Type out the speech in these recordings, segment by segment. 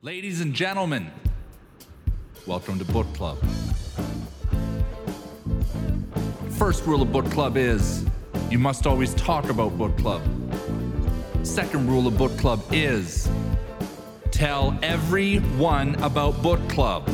Ladies and gentlemen, welcome to Book Club. First rule of Book Club is you must always talk about Book Club. Second rule of Book Club is tell everyone about Book Club.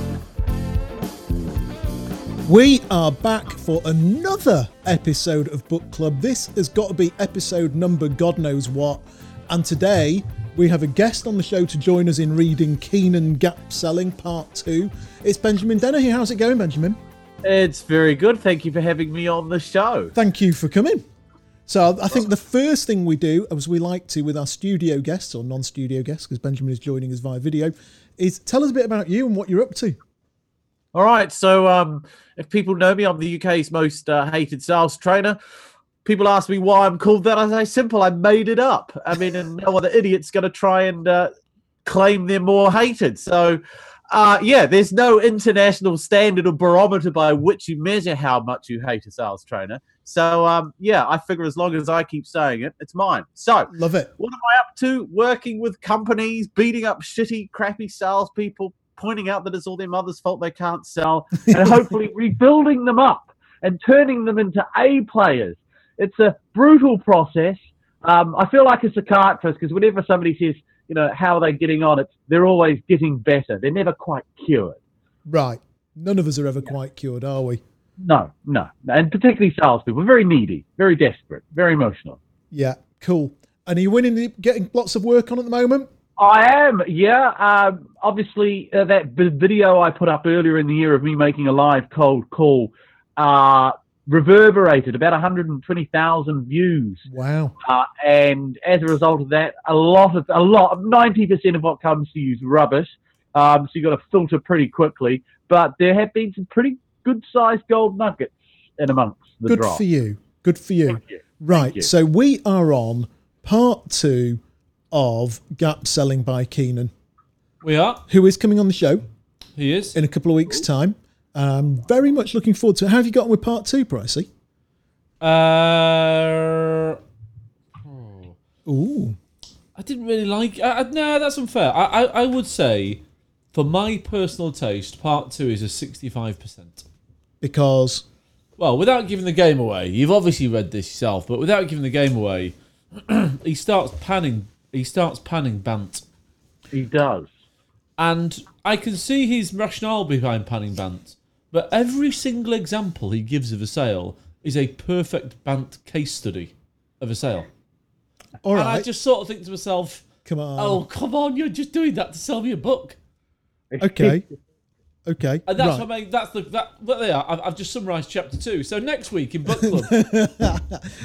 We are back for another episode of Book Club. This has got to be episode number God knows what. And today we have a guest on the show to join us in reading Keenan Gap Selling Part 2. It's Benjamin Dennehy. How's it going, Benjamin? It's very good. Thank you for having me on the show. Thank you for coming. So I think the first thing we do, as we like to with our studio guests or non studio guests, because Benjamin is joining us via video, is tell us a bit about you and what you're up to. All right. So, um, if people know me, I'm the UK's most uh, hated sales trainer. People ask me why I'm called that. I say, simple. I made it up. I mean, and no other idiot's going to try and uh, claim they're more hated. So, uh, yeah, there's no international standard or barometer by which you measure how much you hate a sales trainer. So, um, yeah, I figure as long as I keep saying it, it's mine. So, Love it. what am I up to? Working with companies, beating up shitty, crappy salespeople, pointing out that it's all their mother's fault they can't sell, and hopefully rebuilding them up and turning them into A players. It's a brutal process. Um, I feel like a psychiatrist because whenever somebody says, you know, how are they getting on, it's they're always getting better. They're never quite cured. Right. None of us are ever quite cured, are we? No, no, and particularly salespeople, We're very needy, very desperate, very emotional. Yeah, cool. And are you winning, the, getting lots of work on at the moment? I am, yeah. Um, obviously, uh, that b- video I put up earlier in the year of me making a live cold call uh, reverberated about 120,000 views, Wow. uh, and as a result of that, a lot of a lot, 90% of what comes to you is rubbish. Um, so you got to filter pretty quickly. But there have been some pretty good-sized gold nuggets in amongst the Good drop. for you. Good for you. you. Right. you. So we are on part two of Gap Selling by Keenan, We are. who is coming on the show He is. in a couple of weeks' time. Um, very much looking forward to it. How have you gotten with part two, Pricey? Uh, Ooh. I didn't really like. I, I, no, that's unfair. I, I, I would say, for my personal taste, part two is a sixty-five percent. Because, Well, without giving the game away, you've obviously read this yourself, but without giving the game away, he starts panning. He starts panning Bant, He does. and I can see his rationale behind panning Bant. But every single example he gives of a sale is a perfect Bant case study of a sale. all And I right, just sort of think to myself, come on. Oh, come on, you're just doing that to sell me a book. Okay. Okay. And that's right. what I mean, that's the that what they are. I've, I've just summarised chapter two. So next week in book club,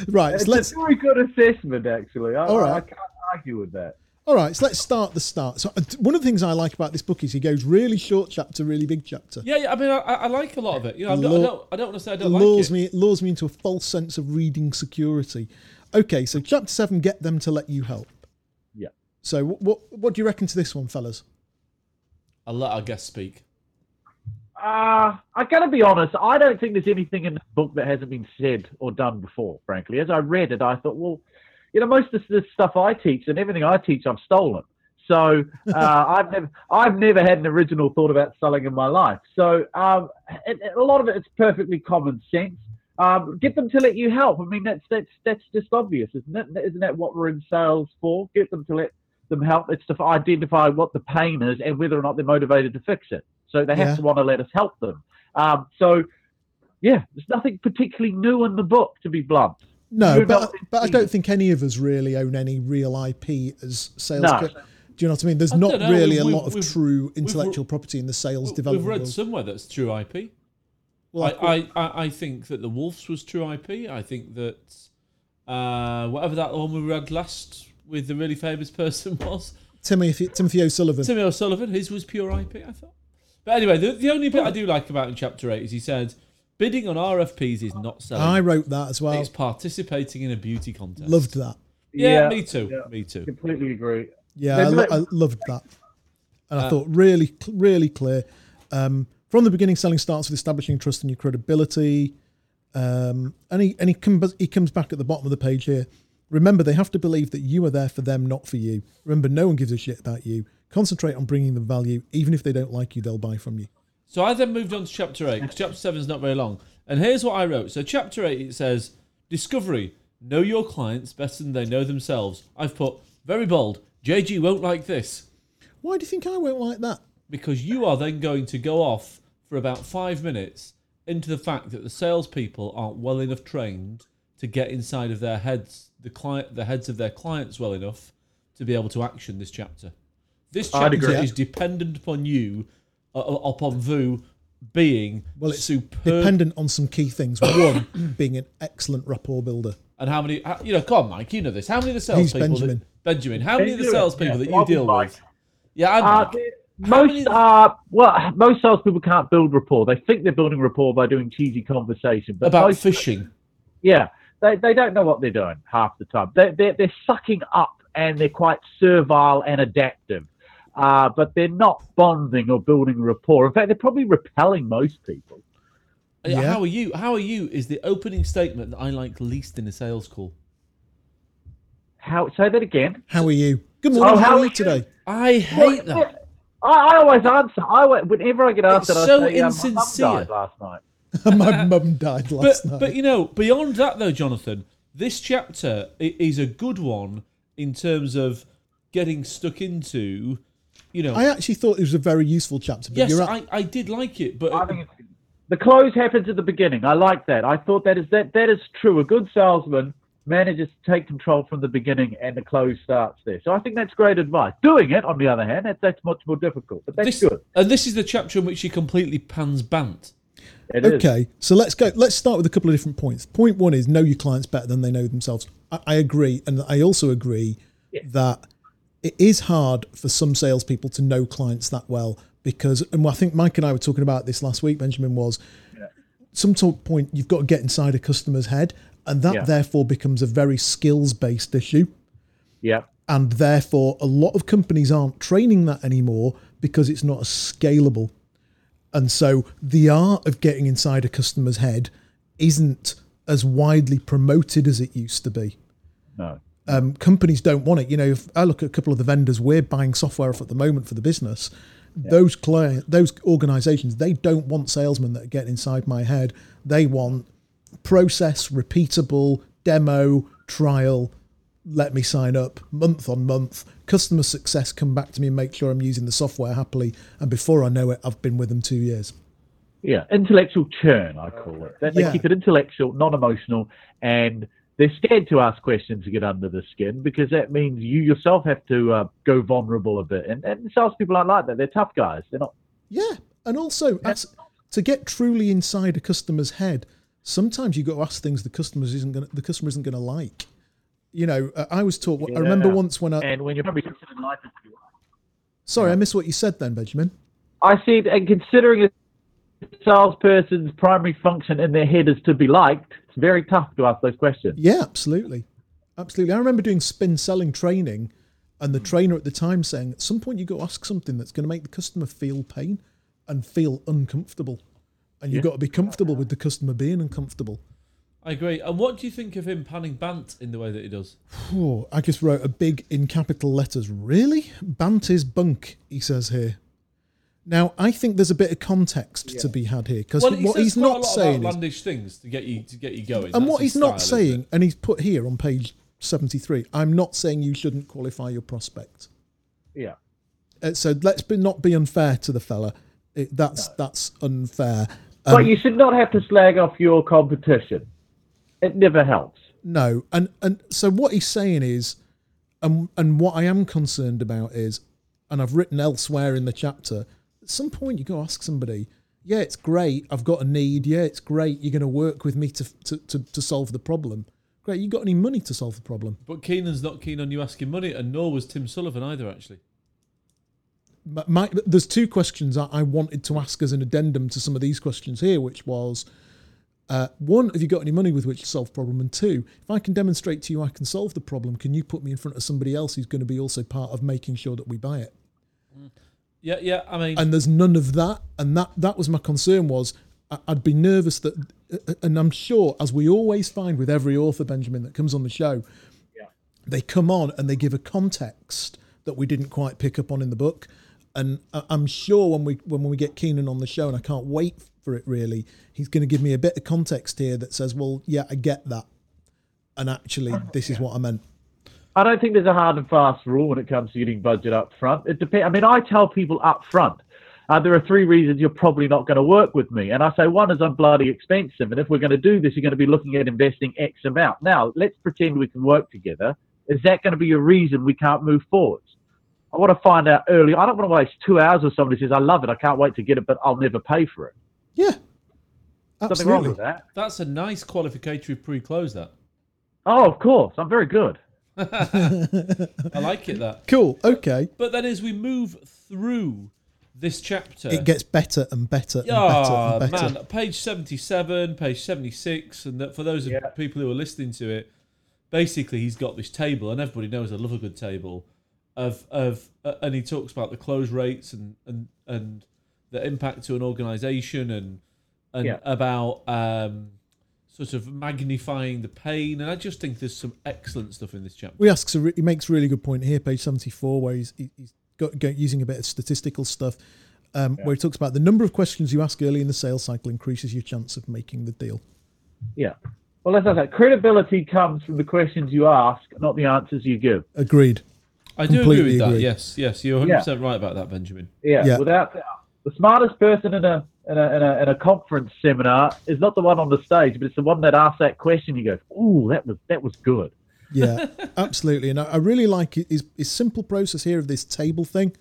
right. It's So let's, a very good assessment, actually. I, All right. I can't argue with that. all right. So let's start the start. So uh, one of the things I like about this book is he goes really short chapter, really big chapter. yeah, yeah. I mean, I, I I like a lot of it. You know, I'm not, I Lure- don't, I don't want to say I don't like lures it. me it lures me into a false sense of reading security. Okay, so chapter seven, get them to let you help. Yeah. So what what, what do you reckon to this one, fellas? I'll let our guest speak. Uh, I gotta be honest, I don't think there's anything in the book that hasn't been said or done before, frankly. As I read it, I thought, well, you know, most of the stuff I teach and everything I teach, I've stolen. So uh, I've never, I've never had an original thought about selling in my life. So um, it, it- a lot of it is perfectly common sense. Um, get them to let you help. I mean, that's that's that's just obvious, isn't it? Isn't that what we're in sales for? Get them to let them help. It's to identify what the pain is and whether or not they're motivated to fix it. So they have Yeah. to want to let us help them. Um, so yeah, there's nothing particularly new in the book, to be blunt. No, You're but not- but I don't think any of us really own any real IP as sales. No. co- Do you know what I mean? There's I not don't know, really we- a we- lot of we've- true intellectual property in the sales We- We've development read world. somewhere that's true IP. Well, I, I, I, I think that the Wolves was true IP. I think that uh, whatever that one we read last with the really famous person was, Timothy, Timothy O'Sullivan. Timmy O'Sullivan, his was pure IP, I thought. But anyway, the, the only bit I do like about in chapter eight is he said, bidding on RFPs is not I selling. wrote that as well. it's participating in a beauty contest. Loved that. Yeah, Yeah, me too. yeah. Me too. Completely agree. Yeah, They've I, lo- let- I loved that, and I thought really, cl- really clear. Um, from the beginning, selling starts with establishing trust and your credibility. Um, and he and he comes he comes back at the bottom of the page here. Remember, they have to believe that you are there for them, not for you. Remember, no one gives a shit about you. Concentrate on bringing them value. Even if they don't like you, they'll buy from you. So I then moved on to chapter 8, 'cause chapter 7 is not very long. And here's what I wrote. So, chapter 8, it says, Discovery, know your clients better than they know themselves. I've put, very bold, JG won't like this, Why do you think I won't like that? because you are then going to go off for about five minutes into the fact that the salespeople aren't well enough trained to get inside of their heads, the client, the heads of their clients well enough to be able to action this chapter. This I'd chapter agree. is dependent upon you, uh, upon Vu being Well, it's superb dependent on some key things. One, being an excellent rapport builder. And how many? how- You know, come on, Mike. You know this. How many of the salespeople? Benjamin. That, Benjamin. How many of the Benjamin, salespeople yeah, that you I'll be deal Mike. with? Yeah, and Uh, Mike. the- How many- most uh, well, most salespeople can't build rapport. They think they're building rapport by doing cheesy conversation, but about most, fishing. yeah, they, they don't know what they're doing half the time. They they're, they're sucking up and they're quite servile and adaptive, uh, but they're not bonding or building rapport. In fact, they're probably repelling most people. Yeah. How are you? How are you? Is the opening statement that I like least in a sales call. How say that again? How are you? Good morning. Oh, how, how are are you you? today? I hate that. I, I always answer. I wa- whenever I get asked It's that, so I say, Yeah, my mum insincere. died last night. My mum died But last night. but you know, beyond that though, Jonathan, this chapter i- is a good one in terms of getting stuck into. You know, I actually thought it was a very useful chapter. But yes, you're right. I, I did like it, but I think it's, the close happens at the beginning. I like that. I thought that is that that is true. A good salesman manages to take control from the beginning, and the close starts there. So I think that's great advice. Doing it, on the other hand, that, that's much more difficult, but that's this, good. and this is the chapter in which he completely pans Bant. It is. Okay, so let's go. Let's start with a couple of different points. Point one is know your clients better than they know themselves. I, I agree, and I also agree that it is hard for some salespeople to know clients that well because, and I think Mike and I were talking about this last week. Benjamin was some sort of point you've got to get inside a customer's head, and that Yeah. therefore becomes a very skills based issue Yeah. and therefore a lot of companies aren't training that anymore because it's not as scalable. And so the art of getting inside a customer's head isn't as widely promoted as it used to be. No. Um, companies don't want it. You know, if I look at a couple of the vendors we're buying software off at the moment for the business, those client, those organisations, they don't want salesmen that get inside my head. They want process, repeatable demo, trial, let me sign up month on month. Customer success come back to me and make sure I'm using the software happily. And before I know it, I've been with them two years. Yeah. Intellectual churn, I call it. That Yeah. They keep it intellectual, non emotional, and they're scared to ask questions to get under the skin because that means you yourself have to uh, go vulnerable a bit. And, and salespeople aren't like that. They're tough guys. They're not. Yeah, and also as, to get truly inside a customer's head, sometimes you got to ask things the customers isn't gonna, the customer isn't going to like. You know, uh, I was taught. I remember Yeah. once when I And when you're probably considered like that, you are. sorry, I missed what you said then, Benjamin. I said, and considering a salesperson's primary function in their head is to be liked, it's very tough to ask those questions. Yeah, absolutely, absolutely. I remember doing spin selling training, and the trainer at the time saying, at some point you got to ask something that's going to make the customer feel pain and feel uncomfortable, and you've got to be comfortable with the customer being uncomfortable. I agree. And what do you think of him panning Bant in the way that he does? Oh, I just wrote a big in capital letters. Really? Bant is bunk, he says here. Now, I think there's a bit of context to be had here because Well, he what says he's quite a not lot of saying is, outlandish things to get you to get you going. and That's what his he's not style, isn't saying, it? and he's put here on page 73, I'm not saying you shouldn't qualify your prospect. Yeah. Uh, so let's be, not be unfair to the fella. It, that's that's unfair. Um, But you should not have to slag off your competition. It never helps. No, and and so what he's saying is, and and what I am concerned about is, and I've written elsewhere in the chapter. At some point, you go ask somebody. Yeah, it's great. I've got a need. Yeah, it's great. You're going to work with me to to to, to solve the problem. Great. You got any money to solve the problem? But Keenan's not keen on you asking money, and nor was Tim Sullivan either. Actually, my, my, there's two questions I, I wanted to ask as an addendum to some of these questions here, which was uh, one, have you got any money with which to solve problem? And two, if I can demonstrate to you I can solve the problem, can you put me in front of somebody else who's going to be also part of making sure that we buy it? yeah, yeah. I mean, And there's none of that. And that that was my concern was I, I'd be nervous that, uh, and I'm sure as we always find with every author Benjamin that comes on the show, they come on and they give a context that we didn't quite pick up on in the book. And I- I'm sure when we when we get Keenan on the show, and I can't wait for it really, he's going to give me a bit of context here that says, "Well, yeah, I get that," and actually, this is what I meant. I don't think there's a hard and fast rule when it comes to getting budget up front. It depends. I mean, I tell people up front, uh, there are three reasons you're probably not going to work with me. And I say, one is I'm bloody expensive. And if we're going to do this, you're going to be looking at investing X amount. Now, let's pretend we can work together. Is that going to be a reason we can't move forwards? I want to find out early. I don't want to waste two hours with somebody who says, I love it. I can't wait to get it, but I'll never pay for it. Yeah, Something wrong absolutely. with that. That's a nice qualificatory pre-close. That Oh, of course. I'm very good. I like it. That. Cool. Okay. But then as we move through this chapter, It gets better and better and Ah, better and better. man, page seventy-seven, page seventy-six, and that for those of people who are listening to it, basically he's got this table, and everybody knows I love a good table. Of of uh, and he talks about the close rates and and and the impact to an organisation and and Yeah. about um sort of magnifying the pain. And I just think there's some excellent stuff in this chapter. We asks a re- he makes a really good point here, page seventy four, where he's he- he's got, go using a bit of statistical stuff, um, where he talks about the number of questions you ask early in the sales cycle increases your chance of making the deal. Yeah. Well, as I said, credibility comes from the questions you ask, not the answers you give. Agreed. I do agree completely with that. agree. Yes, yes, you're 100 percent right about that, Benjamin. Yeah, Yeah. without the smartest person in a, in a in a in a conference seminar is not the one on the stage, but it's the one that asks that question. You go, "Ooh, that was that was good." Yeah, absolutely. And I, I really like his, his simple process here of this table thing,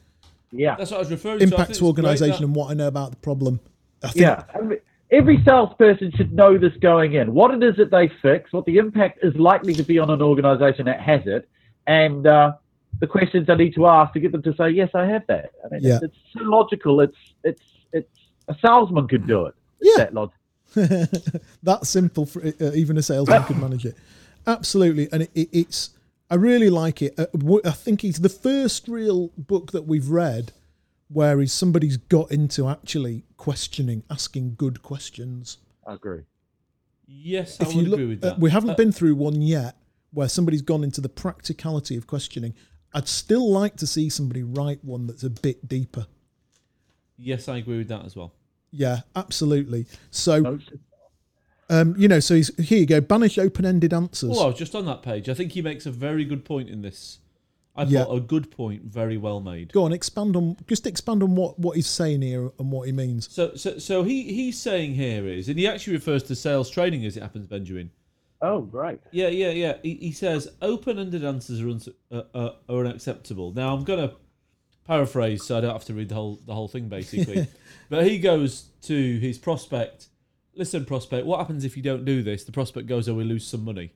Yeah, That's what I was referring to. I think impact it's to great organisation that- and what I know about the problem. I think yeah. Every, every salesperson should know this going in. What it is that they fix, what the impact is likely to be on an organisation that has it, and uh, the questions I need to ask to get them to say, "Yes, I have that." I mean, Yeah. it's, it's so logical. It's it's it's a salesman could do it. It's Yeah. that logic. that simple for uh, even a salesman could manage it absolutely and it, it, it's i really like it uh, wh- i think he's the first real book that we've read where he's somebody's got into actually questioning asking good questions I agree. Yes, I would agree with uh, that. we haven't been through one yet where somebody's gone into the practicality of questioning i'd still like to see somebody write one that's a bit deeper Yes, I agree with that as well. yeah absolutely Oh. so Most- um, you know so he's, here you go banish open-ended answers Oh, I was just on that page. I think he makes a very good point in this. I Yeah. thought a good point, very well made. go on expand on just expand on what what he's saying here and what he means So, so, so he he's saying here is, and he actually refers to sales training as it happens, Benjamin. Oh, great. Yeah, yeah, yeah. He, he says open-ended answers are, uns- uh, uh, are unacceptable. Now I'm gonna paraphrase, so I don't have to read the whole the whole thing basically. but he goes to his prospect. Listen, prospect, what happens if you don't do this? The prospect goes, "Oh, we lose some money."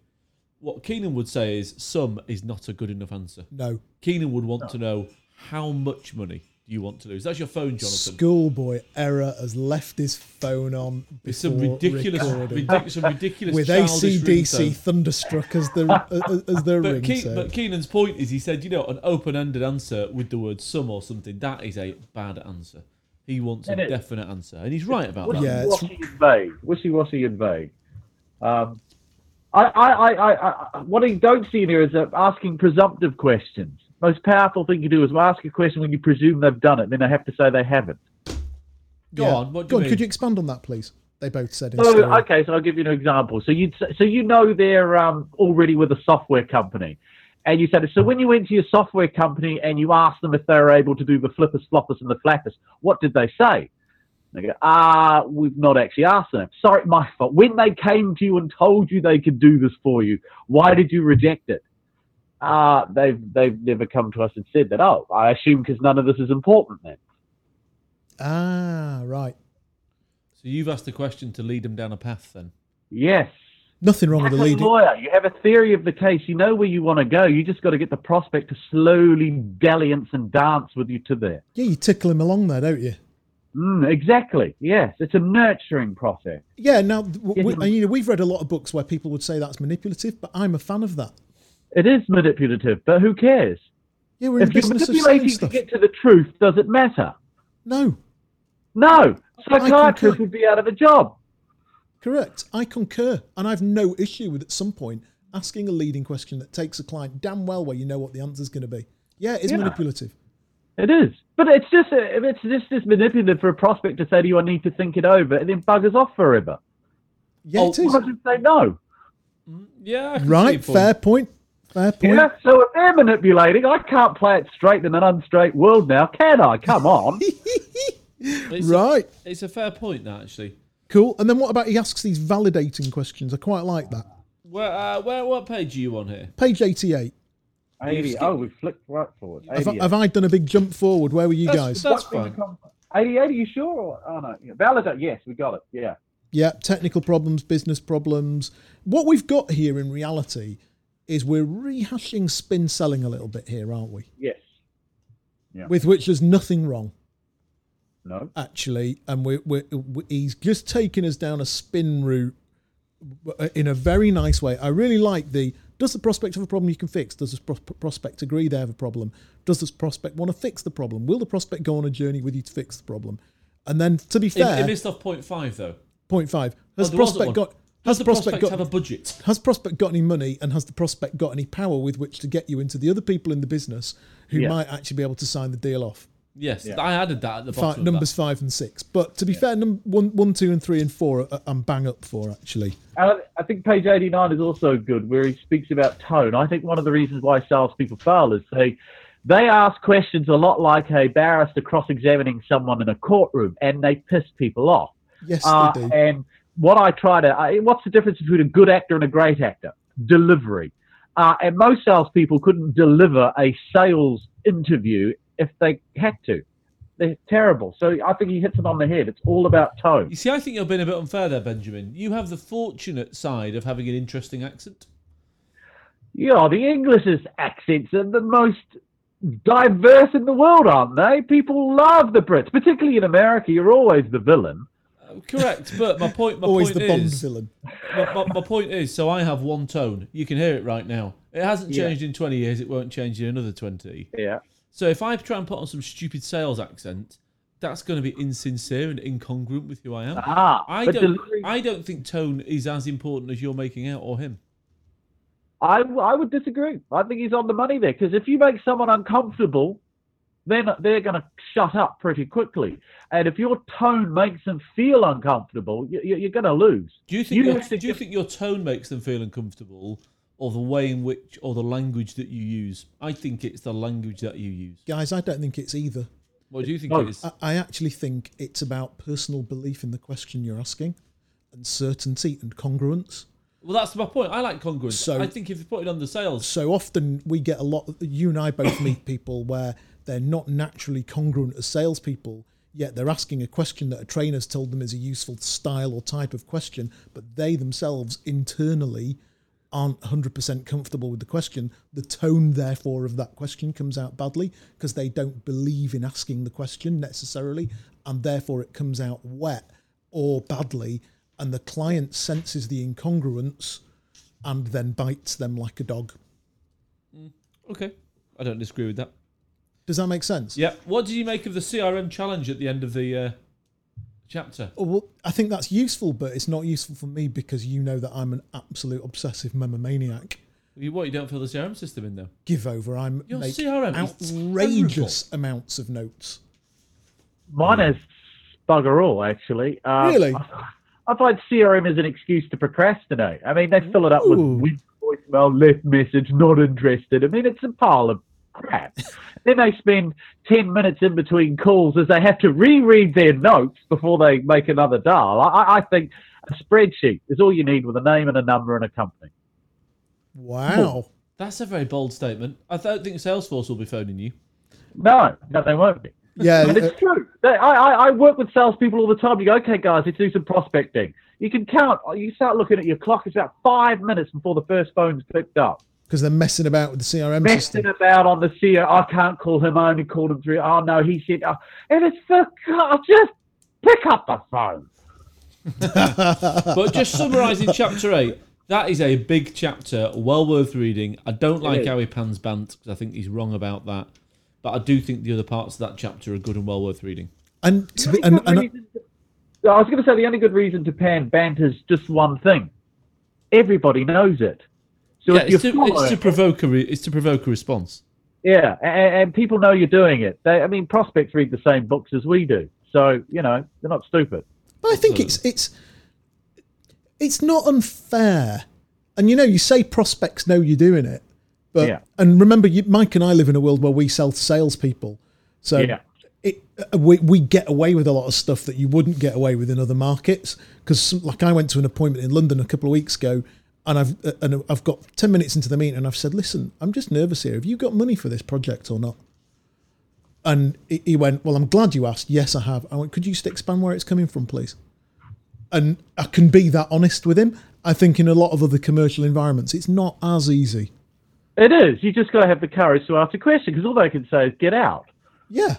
What Keenan would say is, "Some is not a good enough answer." no Keenan would want to know how much money do you want to lose? That's your phone, Jonathan. schoolboy error has left his phone on It's some before ridiculous, recording. ridic- some ridiculous with childish acdc ringtone. thunderstruck as the as, as their But, ring Keen, said. but Keenan's point is, he said, you know, an open-ended answer with the word "some" or something that is a bad answer. He wants a It is. definite answer, and he's right about that. Yeah, it's- wishy vague. Wishy washy and vague. Um, I, I, I, I, I, what I don't see in here is uh, asking presumptive questions. Most powerful thing you do is ask a question when you presume they've done it, then they have to say they haven't. Go Yeah. on, what do go you on mean? could you expand on that please they both said in So, story. Oh, okay, so I'll give you an example. So you so you know they're um, already with a software company, and you said so when you went to your software company and you asked them if they were able to do the flippers, floppers, and the flappers, what did they say? And they go, ah, we've not actually asked them. Sorry, my fault. When they came to you and told you they could do this for you, why did you reject it? Ah, they've they've never come to us and said that. Oh, I assume because none of this is important then. ah right So you've asked the question to lead him down a path, then. Yes. nothing wrong with the As a leading lawyer, you have a theory of the case. You know where you want to go. You just got to get the prospect to slowly dalliance and dance with you to there. yeah you tickle him along there don't you Mm, exactly. Yes, it's a nurturing process. yeah now w- Yeah, we, no. and, you know we've read a lot of books where people would say that's manipulative but i'm a fan of that It is manipulative, but who cares? yeah we're in If the you're business of selling manipulating to stuff get to the truth, does it matter? no No. Psychiatrists concur. would be out of a job. Correct. I concur. And I've no issue with at some point asking a leading question that takes a client damn well where you know what the answer's going to be. Yeah, it is Yeah. manipulative. It is. But it's just uh, it's just this manipulative for a prospect to say to you, I need to think it over, and then buggers off forever. Yeah, Oh, it is. Why don't you say no? Yeah, I can see Right, your point. fair point. Fair point. Yeah, so if they're manipulating, I can't play it straight in an unstraight world now, can I? Come on. It's a- Right, it's a fair point, that, actually. cool. And then what about he asks these validating questions? I quite like that. Where, uh, where, what page are you on here? Page 88. 80, oh, we flicked right forward. Have, I- have I done a big jump forward? Where were you guys? That's- That's fine. 88, are you sure? Or, oh, no. yeah, Validate. Yes, we got it. Yeah. Yeah, technical problems, business problems. What we've got here in reality is we're rehashing spin selling a little bit here, aren't we? Yes. With which there's nothing wrong, No. actually. And we're, we're, we he's just taken us down a spin route uh, in a very nice way. I really like the does the prospect have a problem you can fix? Does the pros- prospect agree they have a problem? Does this prospect want to fix the problem? Will the prospect go on a journey with you to fix the problem? And then, to be It, fair, it missed off point five, though. point five. Oh, Has there wasn't prospect one. got? Does Has the prospect, prospect, got? have a budget? has prospect got any money and has the prospect got any power with which to get you into the other people in the business who Yeah. might actually be able to sign the deal off Yes, I added that at the bottom. Fi of numbers five and six but to be fair num- one, one two and three and four are, i'm bang up for actually And I- I think page 89 is also good, where he speaks about tone. I think one of the reasons why salespeople fail is they, they ask questions a lot like a barrister cross examining someone in a courtroom, and they piss people off. yes Uh, they do eh, and what I try to, I, what's the difference between a good actor and a great actor? Delivery. Uh, and most salespeople couldn't deliver a sales interview if they had to. They're terrible. So I think he hits it on the head. It's all about tone. You see, I think you're being a bit unfair there, Benjamin. You have the fortunate side of having an interesting accent. Yeah, the English's accents are the most diverse in the world, aren't they? People love the Brits, particularly in America. You're always the villain. Uh, Correct, but my point, my always point the bond is, villain my, my, my point is, so I have one tone. You can hear it right now. It hasn't Yeah. changed in 20 years. It won't change in another 20. Yeah. So if I try and put on some stupid sales accent, that's going to be insincere and incongruent with who I am. Ah, I but don't. delivery- I don't think tone is as important as you're making out or him. I, I would disagree. I think he's on the money there because if you make someone uncomfortable, then they're going to shut up pretty quickly. And if your tone makes them feel uncomfortable, you, you, you're going to lose. Do you think? You your, have to do you give- think your tone makes them feel uncomfortable, or the way in which, or the language that you use? I think it's the language that you use. guys i don't think it's either What do you think No. it is? I, I actually think it's about personal belief in the question you're asking and certainty and congruence Well, that's my point. I like congruence. So- I think if you put it on the sales, so often we get a lot. You and I both meet people where they're not naturally congruent as salespeople, yet they're asking a question that a trainer's told them is a useful style or type of question, but they themselves internally aren't 100% comfortable with the question. The tone, therefore, of that question comes out badly because they don't believe in asking the question necessarily, and therefore it comes out wet or badly, and the client senses the incongruence and then bites them like a dog. okay, I don't disagree with that. Does that make sense? Yeah. What did you make of the CRM challenge at the end of the uh, chapter? Oh, Well, I think that's useful, but it's not useful for me because you know that I'm an absolute obsessive memomaniac. You, what you don't fill the CRM system in though? Give over. I'm Your make CRM is outrageous amounts of notes. Mine is bugger all, actually. Uh, Really? I, I find CRM is an excuse to procrastinate. I mean, they fill it up with Ooh. with voicemail, left message, not interested. I mean, it's a pile of crap. then they spend 10 minutes in between calls as they have to reread their notes before they make another dial. I, I- I think a spreadsheet is all you need with a name and a number and a company. Wow. That's a very bold statement. I don't think Salesforce will be phoning you. No, no, they won't be. Yeah. And uh, it's true. They- I, I, I work with salespeople all the time. You go, okay, guys, let's do some prospecting. You can count. You start looking at your clock. It's about five minutes before the first phone's picked up. because they're messing about with the CRM Messing system. about on the CEO. I can't call him. I only called him through. Oh no, he said. Oh, and it's for God. Just pick up the phone. But just summarising chapter eight, that is a big chapter, well worth reading. I don't like is. how he pans Bant because I think he's wrong about that. But I do think the other parts of that chapter are good and well worth reading. And, to be, The only and, good and reason to- I was going to say the only good reason to pan bant is just one thing. Everybody knows it. So Yeah, if you it's to, follow it's to it- provoke a re, it's to provoke a response. Yeah, and, and people know you're doing it. They, I mean, prospects read the same books as we do, so you know they're not stupid. But I think it's it's it's not unfair. And you know, you say prospects know you're doing it, but Yeah. and remember, you, Mike and I live in a world where we sell to salespeople, so Yeah. it uh, we we get away with a lot of stuff that you wouldn't get away with in other markets. Because like I went to an appointment in London a couple of weeks ago. And I've uh, and I've got ten minutes into the meeting, and I've said, "Listen, I'm just nervous here. Have you got money for this project or not?" And he he went, "Well, I'm glad you asked. Yes, I have." I went, "Could you just expand where it's coming from, please?" and I can be that honest with him. I think in a lot of other commercial environments, it's not as easy. It is. You just got to have the courage to ask a question because all they can say is "get out." Yeah.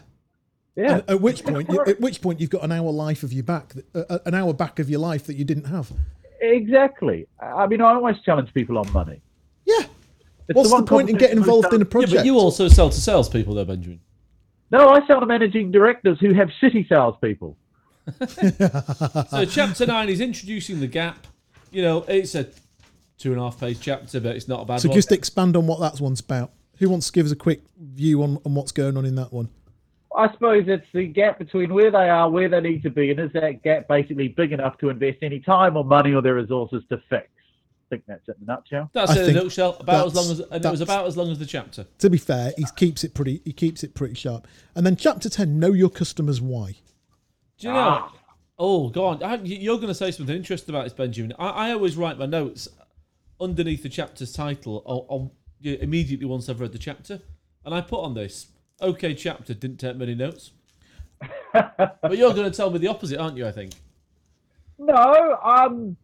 Yeah, At which point, you, at which point, you've got an hour life of your back, that- uh, an hour back of your life that you didn't have. exactly. I mean, I always challenge people on money. Yeah. It's What's the, one point in getting conversation I involved in a don't- Yeah, project? but you also sell to salespeople, though, Benjamin. No, I sell to managing directors who have shitty salespeople. Uh. So chapter nine is introducing the gap. You know, it's a two and a half page chapter, but it's not a bad so one. just expand on what that one's about. Who wants to give us a quick view on, on what's going on in that one? I suppose it's the gap between where they are, where they need to be, and is that gap basically big enough to invest any time or money or their resources to fix? I think that's it in a nutshell. that's I it in a think nutshell. About as that's- long as and it was that's- about as long as the chapter. To be fair, he keeps it pretty. He keeps it pretty sharp. And then chapter ten: Know your customers why. Do you know? Oh, go on. I, you- you're going to say something interesting about this, Benjamin. I, I always write my notes underneath the chapter's title on, on yeah, immediately once I've read the chapter, and I put on this. Okay, chapter didn't take many notes. but you're going to tell me the opposite, aren't you? I think. No, um,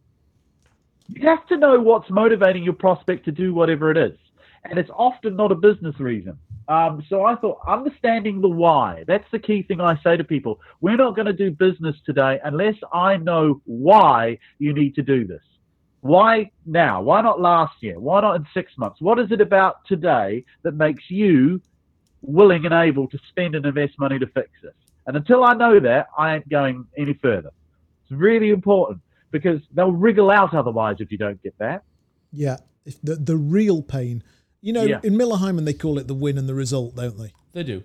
you have to know what's motivating your prospect to do whatever it is, and it's often not a business reason. Um, so I thought understanding the why. That's the key thing I say to people. We're not going to do business today unless I know why you need to do this. Why now? Why not last year? Why not in six months? What is it about today that makes you willing and able to spend and invest money to fix this? And until I know that, I ain't going any further. It's really important because they'll wriggle out otherwise if you don't get that. Yeah, if the the real pain. You know, Yeah. in Miller Hyman they call it the win and the result, don't they? They do.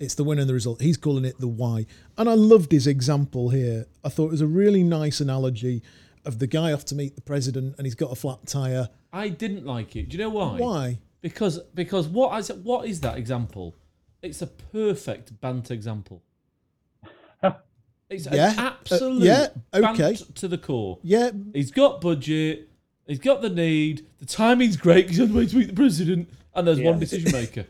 It's the win and the result. He's calling it the why. And I loved his example here. I thought it was a really nice analogy of the guy off to meet the president and he's got a flat tire. I didn't like it. Do you know Why? Because because what is what is that example? It's a perfect bant example. It's Yeah, an uh, absolute yeah, okay. bant to the core. Yeah, He's got budget. He's got the need. The timing's great. 'cause He's on the way to meet the president, and there's one decision maker.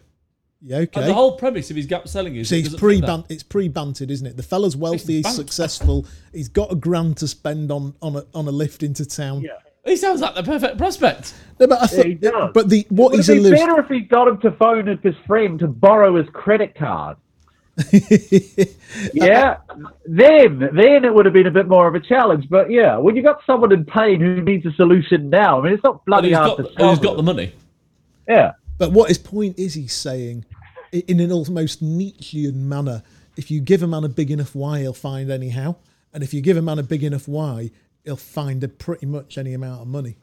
yeah, And the okay. whole premise of his gap selling is So it he's doesn't fit pre that. it's pre banted, isn't it? The fella's wealthy, he's bant. successful, he's got a grand to spend on on a on a lift into town. He sounds like the perfect prospect. No, but I thought, he does. but the what Would he's it be alluding better if he got him to phone up his friend to borrow his credit card? Yeah. then, then it would have been a bit more of a challenge. But yeah, when you got someone in pain who needs a solution now, I mean, it's not And bloody he's hard got, to and he's solve got the it. money. Yeah. But what his point is, he's saying, i- in an almost Nietzschean manner, if you give a man a big enough why, he'll find anyhow. And if you give a man a big enough why, he'll find a pretty much any amount of money.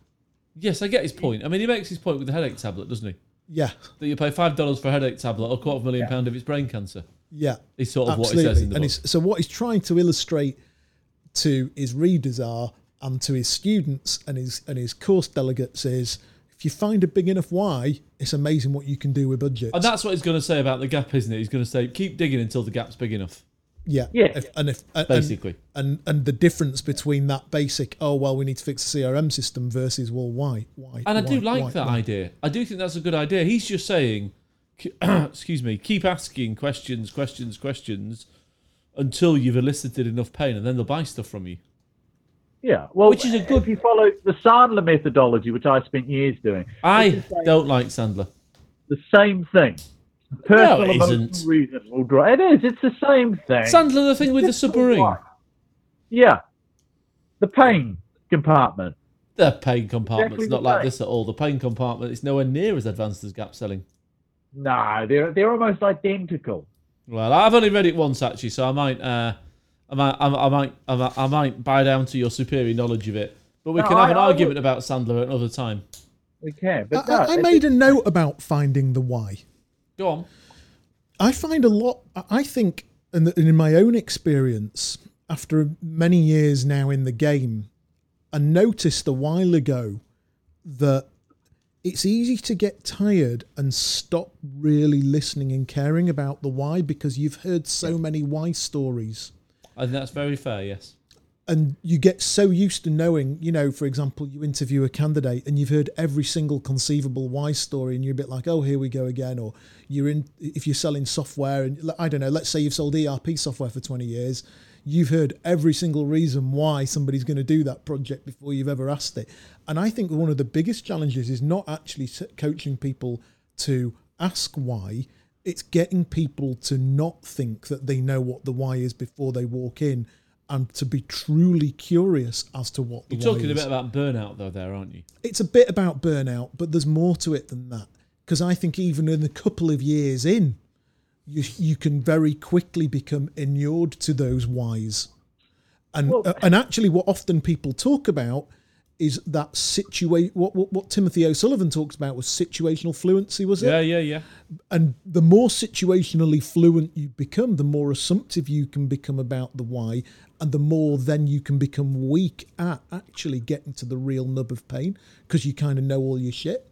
Yes, I get his point. I mean, he makes his point with the headache tablet, doesn't he? Yeah, That you pay five dollars for a headache tablet or a quarter of a million pound if it's brain cancer. yeah, Is sort of absolutely. what he says in the and book. it's- so what he's trying to illustrate to his readers are, and to his students and his and his course delegates is, if you find a big enough why, it's amazing what you can do with budgets. And that's what he's going to say about the gap, isn't it? He's going to say, keep digging until the gap's big enough, Yeah. Yeah. If, and if and- basically. and and the difference between that basic oh well we need to fix the CRM system versus well why why And I do why, like why, that why? idea. I do think that's a good idea. He's just saying, ke- excuse me, keep asking questions, questions, questions until you've elicited enough pain and then they'll buy stuff from you. Yeah. Well, Which is a good- If you follow the Sandler methodology, which I spent years doing, I don't like Sandler. the same thing. Personal it emotional isn't. reason will drive. It is. It's the same thing. Sandler, the thing with the submarine, Yeah. The pain compartment. the pain compartment's Exactly not the like same. this at all. The pain compartment is nowhere near as advanced as gap selling. No, they're they're almost identical. Well, I've only read it once actually, so I might, uh, I might, I might, I might, I might, I might buy down to your superior knowledge of it. But we No, can have I- an I argument about Sandler at another time. They can, but I, I- no, I it- made a note about finding the why Go on. I find a lot. I- I think, and th- and in my own experience, after many years now in the game, I noticed a while ago that it's easy to get tired and stop really listening and caring about the why because you've heard so many why stories And that's very fair. Yes. and you get so used to knowing, you know, for example, you interview a candidate and you've heard every single conceivable why story, and you're a bit like, oh, here we go again. Or you're in, if you're selling software, and I don't know, let's say you've sold ERP software for 20 years, you've heard every single reason why somebody's going to do that project before you've ever asked it. And I think one of the biggest challenges is not actually s- coaching people to ask why. It's getting people to not think that they know what the why is before they walk in and to be truly curious as to what the You're why talking a is. bit about burnout though, there, aren't you? It's a bit about burnout, but there's more to it than that. Because I think even in a couple of years in, you you can very quickly become inured to those whys, and Well- uh, and actually, what often people talk about is that situate what, what what Timothy O'Sullivan talked about was situational fluency, was it? Yeah, yeah, yeah. and the more situationally fluent you become, the more assumptive you can become about the why, and the more then you can become weak at actually getting to the real nub of pain because you kind of know all your shit.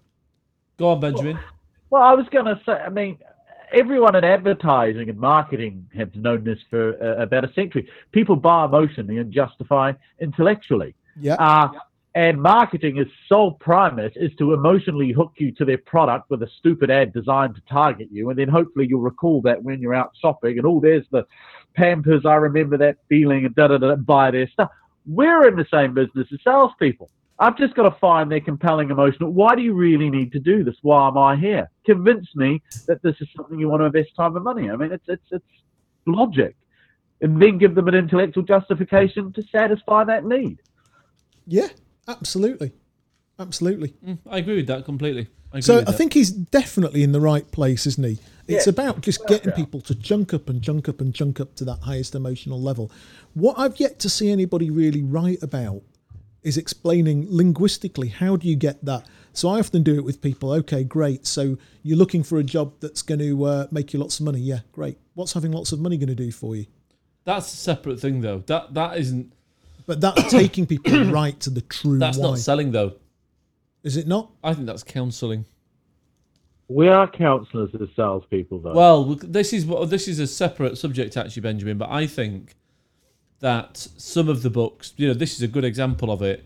Go on, Benjamin. Well, I was going to say, I mean, everyone in advertising and marketing has known this for uh, about a century. People buy emotionally and justify intellectually. Yeah, Uh, and marketing is sole premise is to emotionally hook you to their product with a stupid ad designed to target you, and then hopefully you'll recall that when you're out shopping and oh, there's the Pampers. I remember that feeling and da da da. Buy their stuff. We're in the same business as salespeople. I've just got to find their compelling emotional. Why do you really need to do this? Why am I here? Convince me that this is something you want to invest time and money. in. I mean, it's it's it's logic, and then give them an intellectual justification to satisfy that need. yeah, absolutely, absolutely. Mm, I agree with that completely. I agree So with I that. think he's definitely in the right place, isn't he? It's Yeah. about just getting people to junk up and junk up and junk up to that highest emotional level. What I've yet to see anybody really write about is explaining linguistically how do you get that. So I often do it with people. Okay, great. So you're looking for a job that's going to uh, make you lots of money. Yeah, great. What's having lots of money going to do for you? that's a separate thing though. That that isn't But that's taking people right to the true that's why. not selling though. is it not? I think that's counselling. We are counsellors as salespeople, though. Well, we- this is what this is a separate subject actually, Benjamin. But I think that some of the books, you know, this is a good example of it.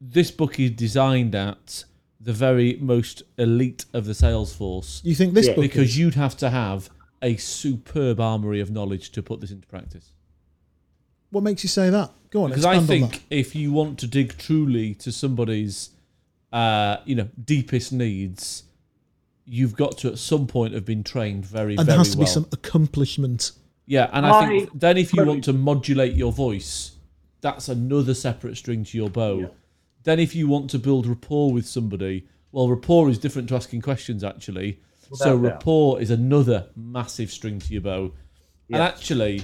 This book is designed at the very most elite of the sales force You think this Yeah. book? because you'd have to have a superb armory of knowledge to put this into practice. what makes you say that? Go on, Because I expand on that. think if you want to dig truly to somebody's, uh, you know, deepest needs, you've got to at some point have been trained very, And very there has to well. be some accomplishment Yeah, and I, think I- then if you want to modulate your voice, that's another separate string to your bow. Then if you want to build rapport with somebody, well, rapport is different to asking questions actually. so doubt. rapport is another massive string to your bow. And actually,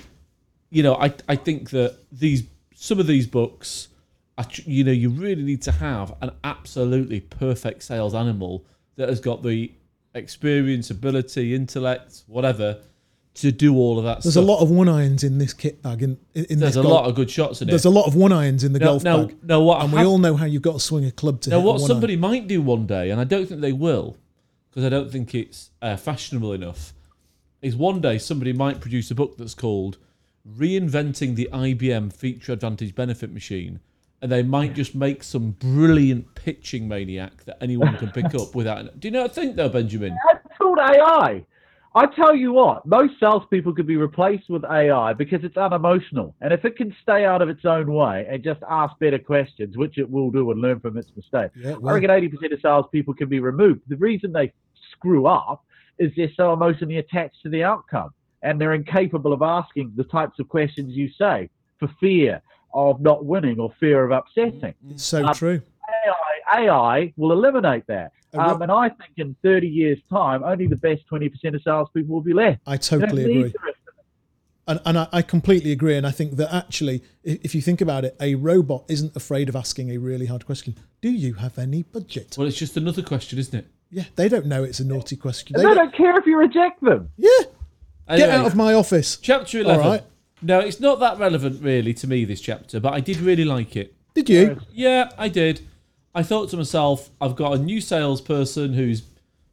you know, I I think that these some of these books, are, tr- you know, you really need to have an absolutely perfect sales animal that has got the experience, ability, intellect, whatever, to do all of that. There's stuff. a lot of one irons in this kit bag. In, in, in There's this a golf- lot of good shots in it. There's a lot of one irons in the golf now, bag, now what? and we hap- all know how you've got to swing a club to now hit a what one somebody might do one day, and I don't think they will, because I don't think it's uh, fashionable enough. Is one day somebody might produce a book that's called "Reinventing the IBM Feature Advantage Benefit Machine," and they might just make some brilliant pitching maniac that anyone can pick up without. Do you know what I think though, Benjamin? That's called AI. I tell you what, most salespeople could be replaced with AI because it's unemotional. And if it can stay out of its own way and just ask better questions, which it will do and learn from its mistakes, Yeah, it I will. reckon 80% of salespeople can be removed. The reason they screw up is they're so emotionally attached to the outcome and they're incapable of asking the types of questions you say for fear of not winning or fear of upsetting. It's so Uh, true. AI, AI will eliminate that. It will. Um, and I think in 30 years' time, only the best 20% of salespeople will be left. I You don't totally need agree, the rest of and and I, I completely agree. And I think that actually, i- if you think about it, a robot isn't afraid of asking a really hard question. Do you have any budget? Well, it's just another question, isn't it? Yeah, they don't know it's a naughty question. They And they don't- don't care if you reject them. yeah, Anyway, get out of my office. chapter eleven. All right. No, it's not that relevant really to me this chapter, but I did really like it. Did you? Yeah, I did. I thought to myself, I've got a new salesperson who's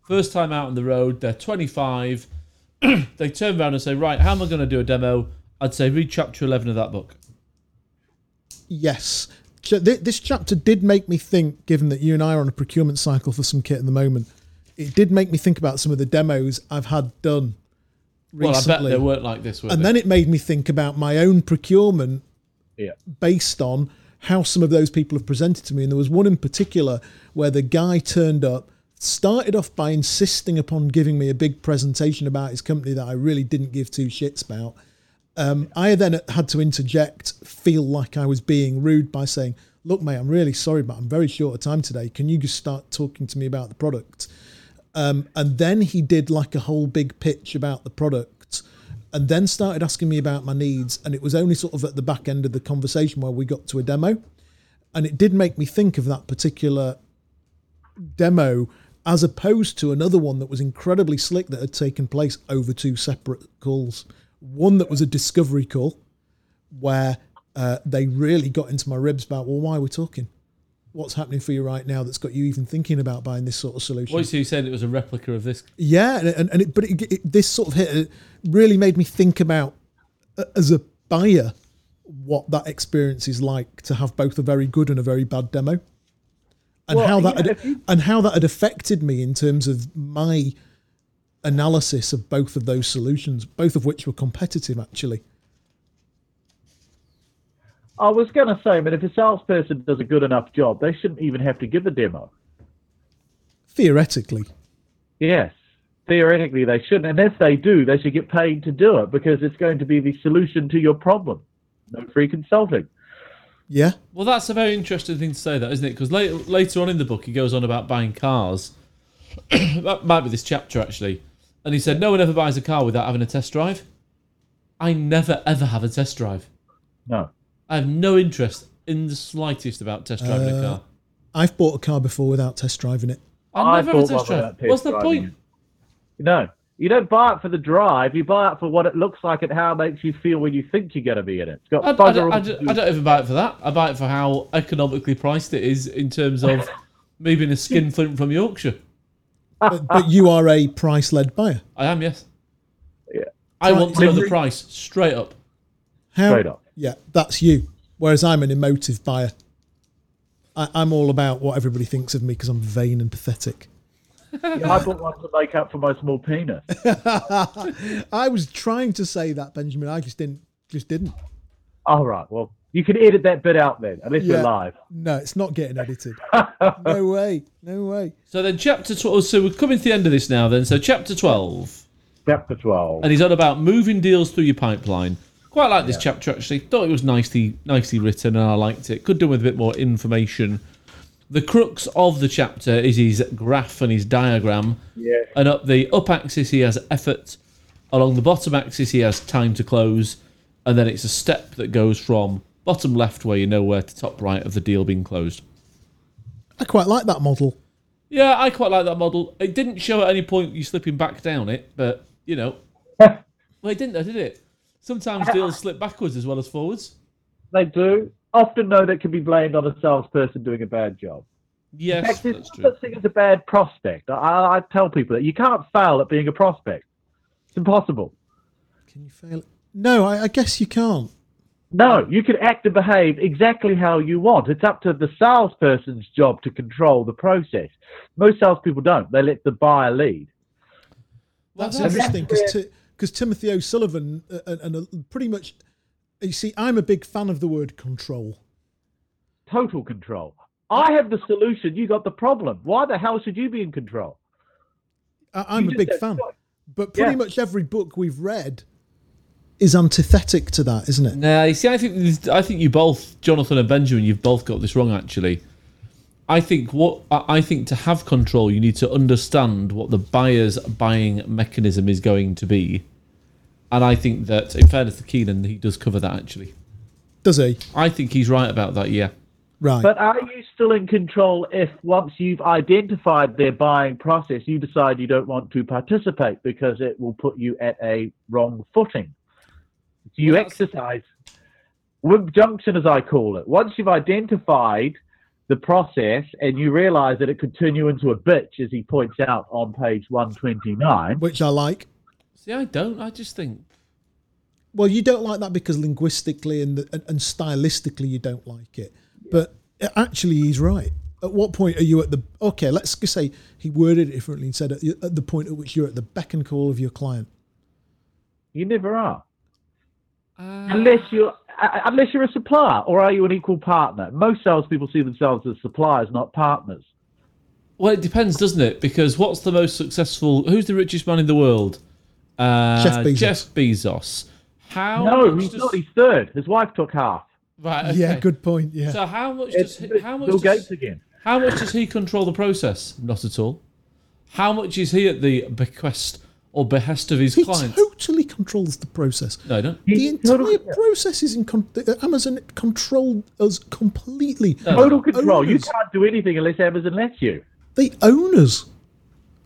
first time out on the road. They're 25. they turn around and say, right, how am I going to do a demo? I'd say read chapter 11 of that book. Yes. Ch- thi- This chapter did make me think, given that you and I are on a procurement cycle for some kit at the moment, it did make me think about some of the demos I've had done Well, I bet recently. they weren't like this, were and they? then it made me think about my own procurement Yeah. based on how some of those people have presented to me. And there was one in particular where the guy turned up, started off by insisting upon giving me a big presentation about his company that I really didn't give two shits about. Um, I then had to interject, feel like I was being rude by saying, Look, mate, I'm really sorry, but I'm very short of time today. Can you just start talking to me about the product? and then he did like a whole big pitch about the product and then started asking me about my needs and it was only sort of at the back end of the conversation where we got to a demo and it did make me think of that particular demo as opposed to another one that was incredibly slick that had taken place over two separate calls one that was a discovery call where uh, they really got into my ribs about well why we're talking what's happening for you right now that's got you even thinking about buying this sort of solution Obviously, you said it was a replica of this. yeah, and and, and it, but it, it, this sort of hit it really made me think about uh, as a buyer what that experience is like to have both a very good and a very bad demo, and Well, how that yeah, had, if you- and how that had affected me in terms of my analysis of both of those solutions, both of which were competitive actually. I was going to say, but if a salesperson does a good enough job, they shouldn't even have to give a demo. Theoretically, Yes. Theoretically, they shouldn't. And if they do, they should get paid to do it because it's going to be the solution to your problem. No free consulting. yeah, Well, that's a very interesting thing to say, that isn't it? Because later, later on in the book, he goes on about buying cars. that might be this chapter actually, and he said, "No one ever buys a car without having a test drive." I never ever have a test drive. No. I have no interest in the slightest about test driving a car. I've bought a car before without test driving it. I I never have a bought one test drive. without test What's the driving point? it. No. You don't buy it for the drive. You buy it for what it looks like and how it makes you feel when you think you're going to be in it. It's got I, I bugger don't, all I to don't- do. I don't even buy it for that. I buy it for how economically priced it is in terms of me being a skinflint from Yorkshire. But, but you are a price-led buyer. I am, yes. Yeah. I want to know the Delivery- price straight up. How, Straight up. Yeah, that's you. Whereas I'm an emotive buyer. I, I'm all about what everybody thinks of me because I'm vain and pathetic. I bought one to make up for my small penis. I was trying to say that, Benjamin. I just didn't. Just didn't. All right. Well, you can edit that bit out then, unless Yeah. you're live. No, it's not getting edited. no way. No way. So then, chapter 12. So we're coming to the end of this now, then. So, chapter 12. Chapter 12. And he's on about moving deals through your pipeline. Quite like this chapter, actually. Thought it was nicely, nicely written, and I liked it. Could do with a bit more information. The crux of the chapter is his graph and his diagram. Yeah. And up the up axis, he has effort. Along the bottom axis, he has time to close. And then it's a step that goes from bottom left, where you know where, to top right of the deal being closed. I quite like that model. Yeah, I quite like that model. It didn't show at any point you slipping back down it, but you know, well, it didn't, though, did it? Sometimes deals slip backwards as well as forwards. They do. Often, though, that can be blamed on a salesperson doing a bad job. In Yes, fact, that's there's no true. such thing as a bad prospect. I, I I tell people that you can't fail at being a prospect. It's impossible. Can you fail it? No, I, I guess you can't. No, you can act and behave exactly how you want. It's up to the salesperson's job to control the process. Most salespeople don't. They let the buyer lead. That's that's- interesting because Timothy O'Sullivan uh, and, and uh, pretty much, you see, I'm a big fan of the word control. Total control. I have the solution. You got the problem. Why the hell should you be in control? I, I'm You a just big don't fan. know. But pretty Yeah. much every book we've read is antithetic to that, isn't it? Nah, you see, I think this- I think you both, Jonathan and Benjamin, you've both got this wrong. Actually, I think what I I think to have control, you need to understand what the buyer's buying mechanism is going to be, and I think that, in fairness to Keenan, he does cover that actually. Does he? I think he's right about that. Yeah. Right. But are you still in control if once you've identified their buying process, you decide you don't want to participate because it will put you at a wrong footing? Do you Well, that's- exercise wib junction, as I call it? Once you've identified the process and you realize that it could turn you into a bitch, as he points out on page 129, Which I like. See, I don't. I just think Well, you don't like that because linguistically and, and, and stylistically you don't like it. But actually, he's right. At what point are you at the. Okay, let's just say he worded it differently and said at, at the point at which you're at the beck and call of your client. you never are. uh, unless you're uh, unless you're a supplier or are you an equal partner most salespeople see themselves as suppliers not partners Well, it depends, doesn't it? Because what's the most successful? Who's the richest man in the world? Uh, Jeff Bezos. Jeff Bezos. How? no much he's does- not he's third his wife took half Right, okay. Yeah, good point. Yeah. So how much it's does he, how much bill does, gates again how much does he control the process? Not at all. How much is he at the bequest or behest of his he client? totally controls the process. No, I don't. The He's entire totally- process is in com- the- Amazon controlled us completely. total control you owners. can't do anything unless amazon lets you They own us.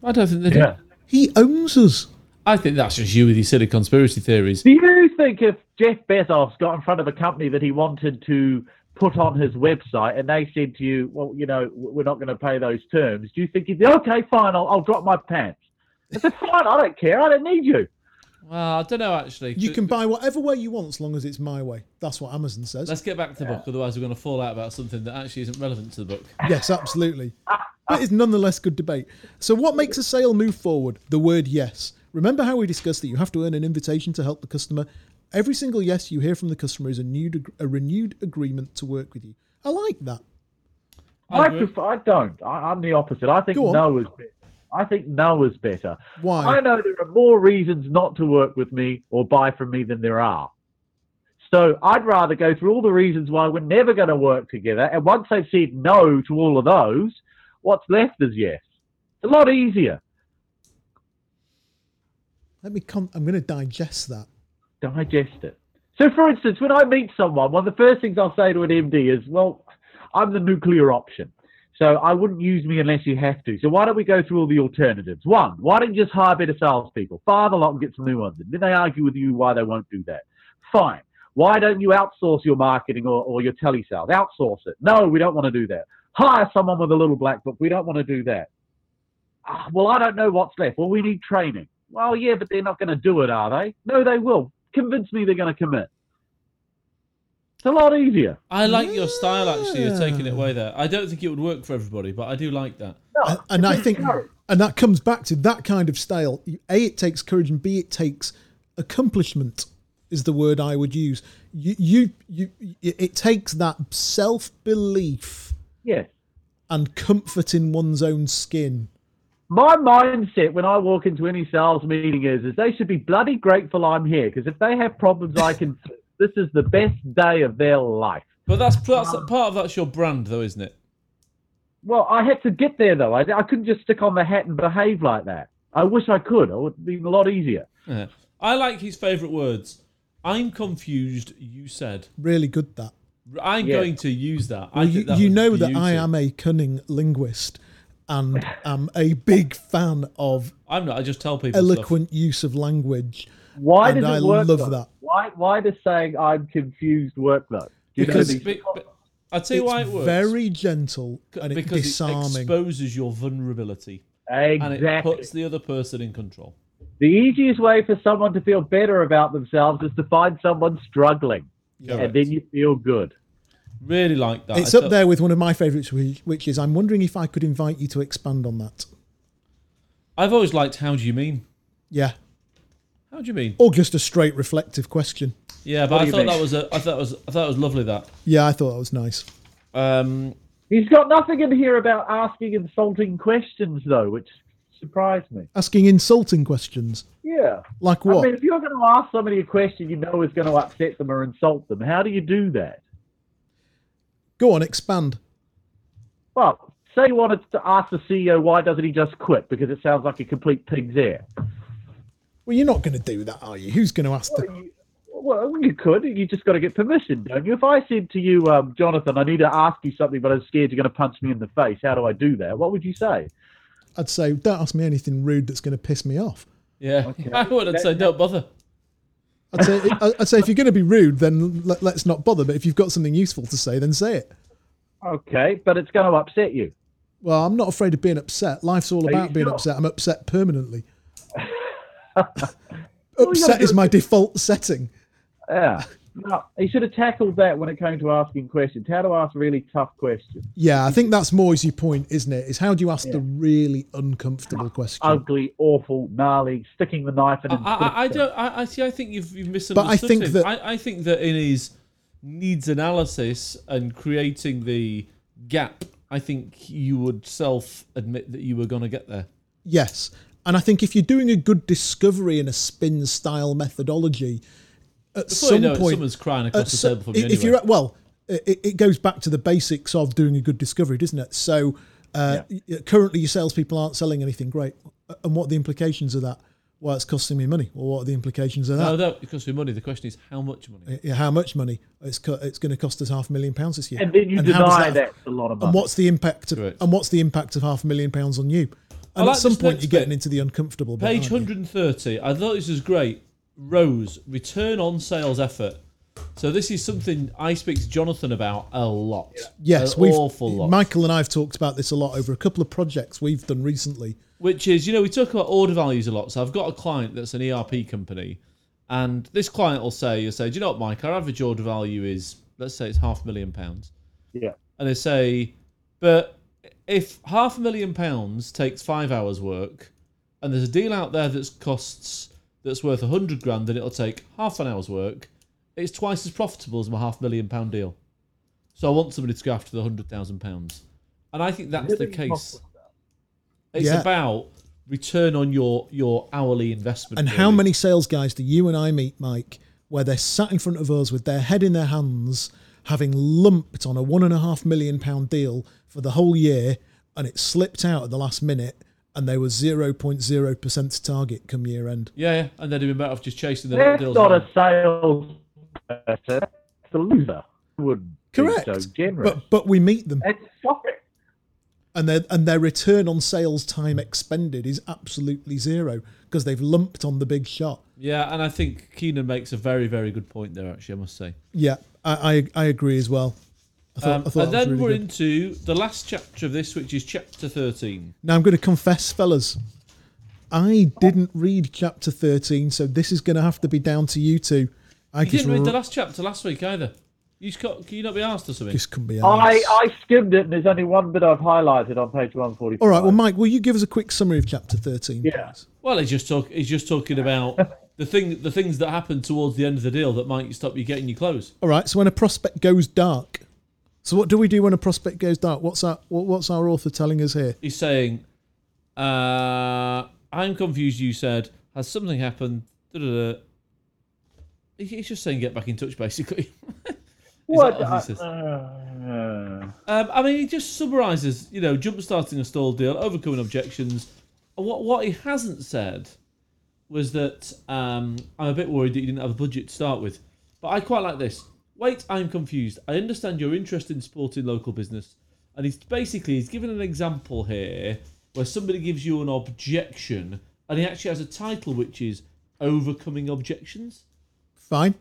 I don't think they do. He owns us. I think that's just you with your silly conspiracy theories. do you think if jeff bezos got in front of a company that he wanted to put on his website and they said to you well you know w- we're not going to pay those terms do you think he'd be okay fine i'll, I'll drop my pants i said fine i don't care i don't need you Well, I don't know actually. You can buy whatever way you want as long as it's my way. That's what Amazon says. Let's get back to the book, otherwise we're going to fall out about something that actually isn't relevant to the book. Yes, absolutely. But it's nonetheless good debate. So, what makes a sale move forward? The word yes. Remember how we discussed that you have to earn an invitation to help the customer? Every single yes you hear from the customer is a, new, a renewed agreement to work with you. I like that. I I, agree. prefer, I don't. I, I'm the opposite. I think Go on. no is better. I think no is better. Why? I know there are more reasons not to work with me or buy from me than there are. So I'd rather go through all the reasons why we're never going to work together. And once they've said no to all of those, what's left is yes. It's a lot easier. Let me come. I'm going to digest that. digest it. So, for instance, when I meet someone, one of the first things I'll say to an MD is, Well, I'm the nuclear option. So, I wouldn't use me unless you have to. So, why don't we go through all the alternatives? One, why don't you just hire better salespeople? Fire the lot and get some new ones. And then they argue with you why they won't do that. Fine. Why don't you outsource your marketing or, or your telesales? Outsource it. No, we don't want to do that. Hire someone with a little black book. We don't want to do that. "Ah, well, I don't know what's left. Well, we need training. Well, yeah, but they're not going to do it, are they? No, they will. Convince me they're going to commit. It's a lot easier. I like your style actually of taking it Yeah. away there. I don't think it would work for everybody, but I do like that. And, and I think, and that comes back to that kind of style. A, it takes courage, and B, it takes accomplishment. Is the word I would use. You, you, you it it takes that self belief Yes. and comfort in one's own skin. My mindset when I walk into any sales meeting is, is they should be bloody grateful I'm here because if they have problems, I can. This is the best day of their life. But that's, that's part of that's your brand, though, isn't it? Well, I had to get there though. I, I couldn't just stick on the hat and behave like that. I wish I could. It would have been a lot easier. Yeah. I like his favourite words. I'm confused. You said Really good that. I'm Yeah. going to use that. I You, think that you was know that I beauty. am a cunning linguist and am a big fan of I'm not. I just tell people. Eloquent. eloquent use of language. Why And does it I work? love though? that. Why? Why does saying I'm confused work though? Do you know Because- these- I tell you why it It's works. very gentle and it because it disarming. exposes your vulnerability and exactly. it puts the other person in control. The easiest way for someone to feel better about themselves is to find someone struggling, Correct. and then you feel good. Really like that. It's I up tell- there with one of my favourites, which, which is I'm wondering if I could invite you to expand on that. I've always liked. How do you mean? Yeah, How do you mean? or just a straight reflective question. Yeah, but do I you thought mean? that was a. I thought it was. I thought it was lovely. That. Yeah, I thought that was nice. Um, He's got nothing in here about asking insulting questions though, which surprised me. Asking insulting questions Yeah. like what? I mean, if you're going to ask somebody a question you know is going to upset them or insult them, how do you do that? Go on, expand. Well, say you wanted to ask the CEO why doesn't he just quit because it sounds like a complete pig's ear. Well, you're not going to do that, are you? Who's going to ask the Well, you- Well, you could. You just got to get permission, don't you? If I said to you, um, Jonathan, I need to ask you something, but I'm scared you're going to punch me in the face. How do I do that? What would you say? I'd say, don't ask me anything rude that's going to piss me off. Yeah, I would. I'd say don't bother. I'd say, I- I'd say if you're going to be rude, then let, let's not bother. But if you've got something useful to say, then say it. Okay, but it's going to upset you. Well, I'm not afraid of being upset. Life's all you about being sure? upset. I'm upset permanently. gotta upset do is is- my default setting. Yeah. No, he should have tackled that when it came to asking questions. How to ask really tough questions, Yeah, I think that's Moy's your point, isn't it? Is how do you ask the really uncomfortable question? ugly, awful, gnarly, sticking the knife in. his I, I, I face. don't. I, I see. I think you've you've misunderstood. I think him. that- I, I think that in his needs analysis and creating the gap, I think you would self admit that you were going to get there. Yes. And I think if you're doing a good discovery in a spin style methodology, at Before some you know it, point, someone's crying at across so- the table from you. if Anyway. you're at, well, it, it goes back to the basics of doing a good discovery, doesn't it? So uh, y- currently, your salespeople aren't selling anything great, and what are the implications of that? Well, it's costing me money. Well, what are the implications of that? no, no, because with money, the question is how much money. Yeah, how much money? It's co- it's going to cost us half a million pounds this year. And then you how does deny that's a lot of money. And what's the impact of Correct. and what's the impact of half a million pounds on you? And like at some this point, next you're getting bit. into the uncomfortable. bit, Page aren't you? 130. I thought this was great. Rose, return on sales effort. So this is something I speak to Jonathan about a lot. Yes, an we've awful lot. Michael and I have talked about this a lot over a couple of projects we've done recently. which is you know we talk about order values a lot. So I've got a client that's an ERP company, and this client will say, "You say, do you know what, Mike? Our average order value is let's say it's half a million pounds." Yeah. and they say, but if half a million pounds takes five hours work, and there's a deal out there that's costs that's worth a hundred grand, then it'll take half an hour's work. It's twice as profitable as my half million pound deal. So I want somebody to go after the hundred thousand pounds, and I think that's the Living case. costs. It's Yeah. about return on your your hourly investment. And how really. many sales guys do you and I meet, Mike, where they're sat in front of us with their head in their hands, having lumped on a one and a half million pound deal for the whole year, and it slipped out at the last minute, and they were 0.0% to target come year end? Yeah, yeah, and they'd have been better off just chasing the little That's deals. not down. a sales person. That's a loser. I Would Correct. Be so generous. But, but we meet them, That's shocking. and their, and their return on sales time expended is absolutely zero because they've lumped on the big shot. Yeah, and I think Keenan makes a very, very good point there. Actually, I must say. Yeah, I, I, I agree as well. I thought, Um, I thought and that was then really we're good. into the last chapter of this, which is chapter 13. Now I'm going to confess, fellas, I didn't read chapter 13, so this is going to have to be down to you two. I You just, didn't read the r- last chapter last week either. You just got, can you not be asked or something? just couldn't be I, arsed. I skimmed it, and there's only one bit I've highlighted on page 145. All right, well, Mike, will you give us a quick summary of chapter 13? Yeah. please? Well, he's just talk, he's just talking about the thing, the things that happen towards the end of the deal that might stop you getting your close. All right, so when a prospect goes dark, so what do we do when a prospect goes dark? What's our, what, what's our author telling us here? He's saying, uh, "I'm confused." You said, "Has something happened?" Da-da-da. He- He's just saying, "Get back in touch," basically. Is What? that what he says? uh, Um, I mean, he just summarises, you know, jump-starting a stall deal, overcoming objections. What what he hasn't said was that um, I'm a bit worried that you didn't have a budget to start with. But I quite like this. Wait, I'm confused. I understand your interest in supporting local business, and he's basically he's given an example here where somebody gives you an objection, and he actually has a title which is overcoming objections. Fine.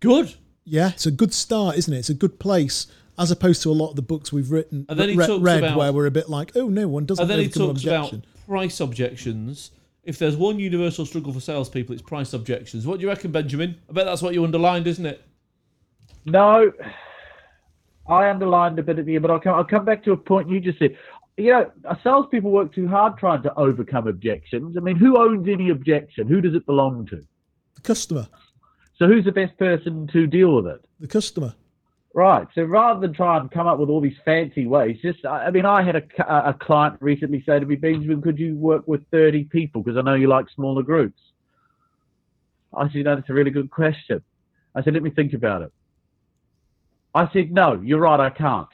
Good. Yeah, it's a good start, isn't it? It's a good place, as opposed to a lot of the books we've written, And then he re- talks read, about- where we're a bit like, oh, no, one doesn't And then he overcome an talks objection. about price objections. If there's one universal struggle for salespeople, it's price objections. What do you reckon, Benjamin? I bet that's what you underlined, isn't it? No, I underlined a bit at the end, but I'll come, I'll come back to a point you just said. You know, uh, salespeople work too hard trying to overcome objections. I mean, who owns any objection? Who does it belong to? The customer. So who's the best person to deal with it? The customer. Right. So rather than try and come up with all these fancy ways, just I I mean, I had a, c- a- a client recently say to me, Benjamin, could you work with 30 people? Because I know you like smaller groups. I said, no, that's a really good question. I said, let me think about it. I said, no, you're right, I can't.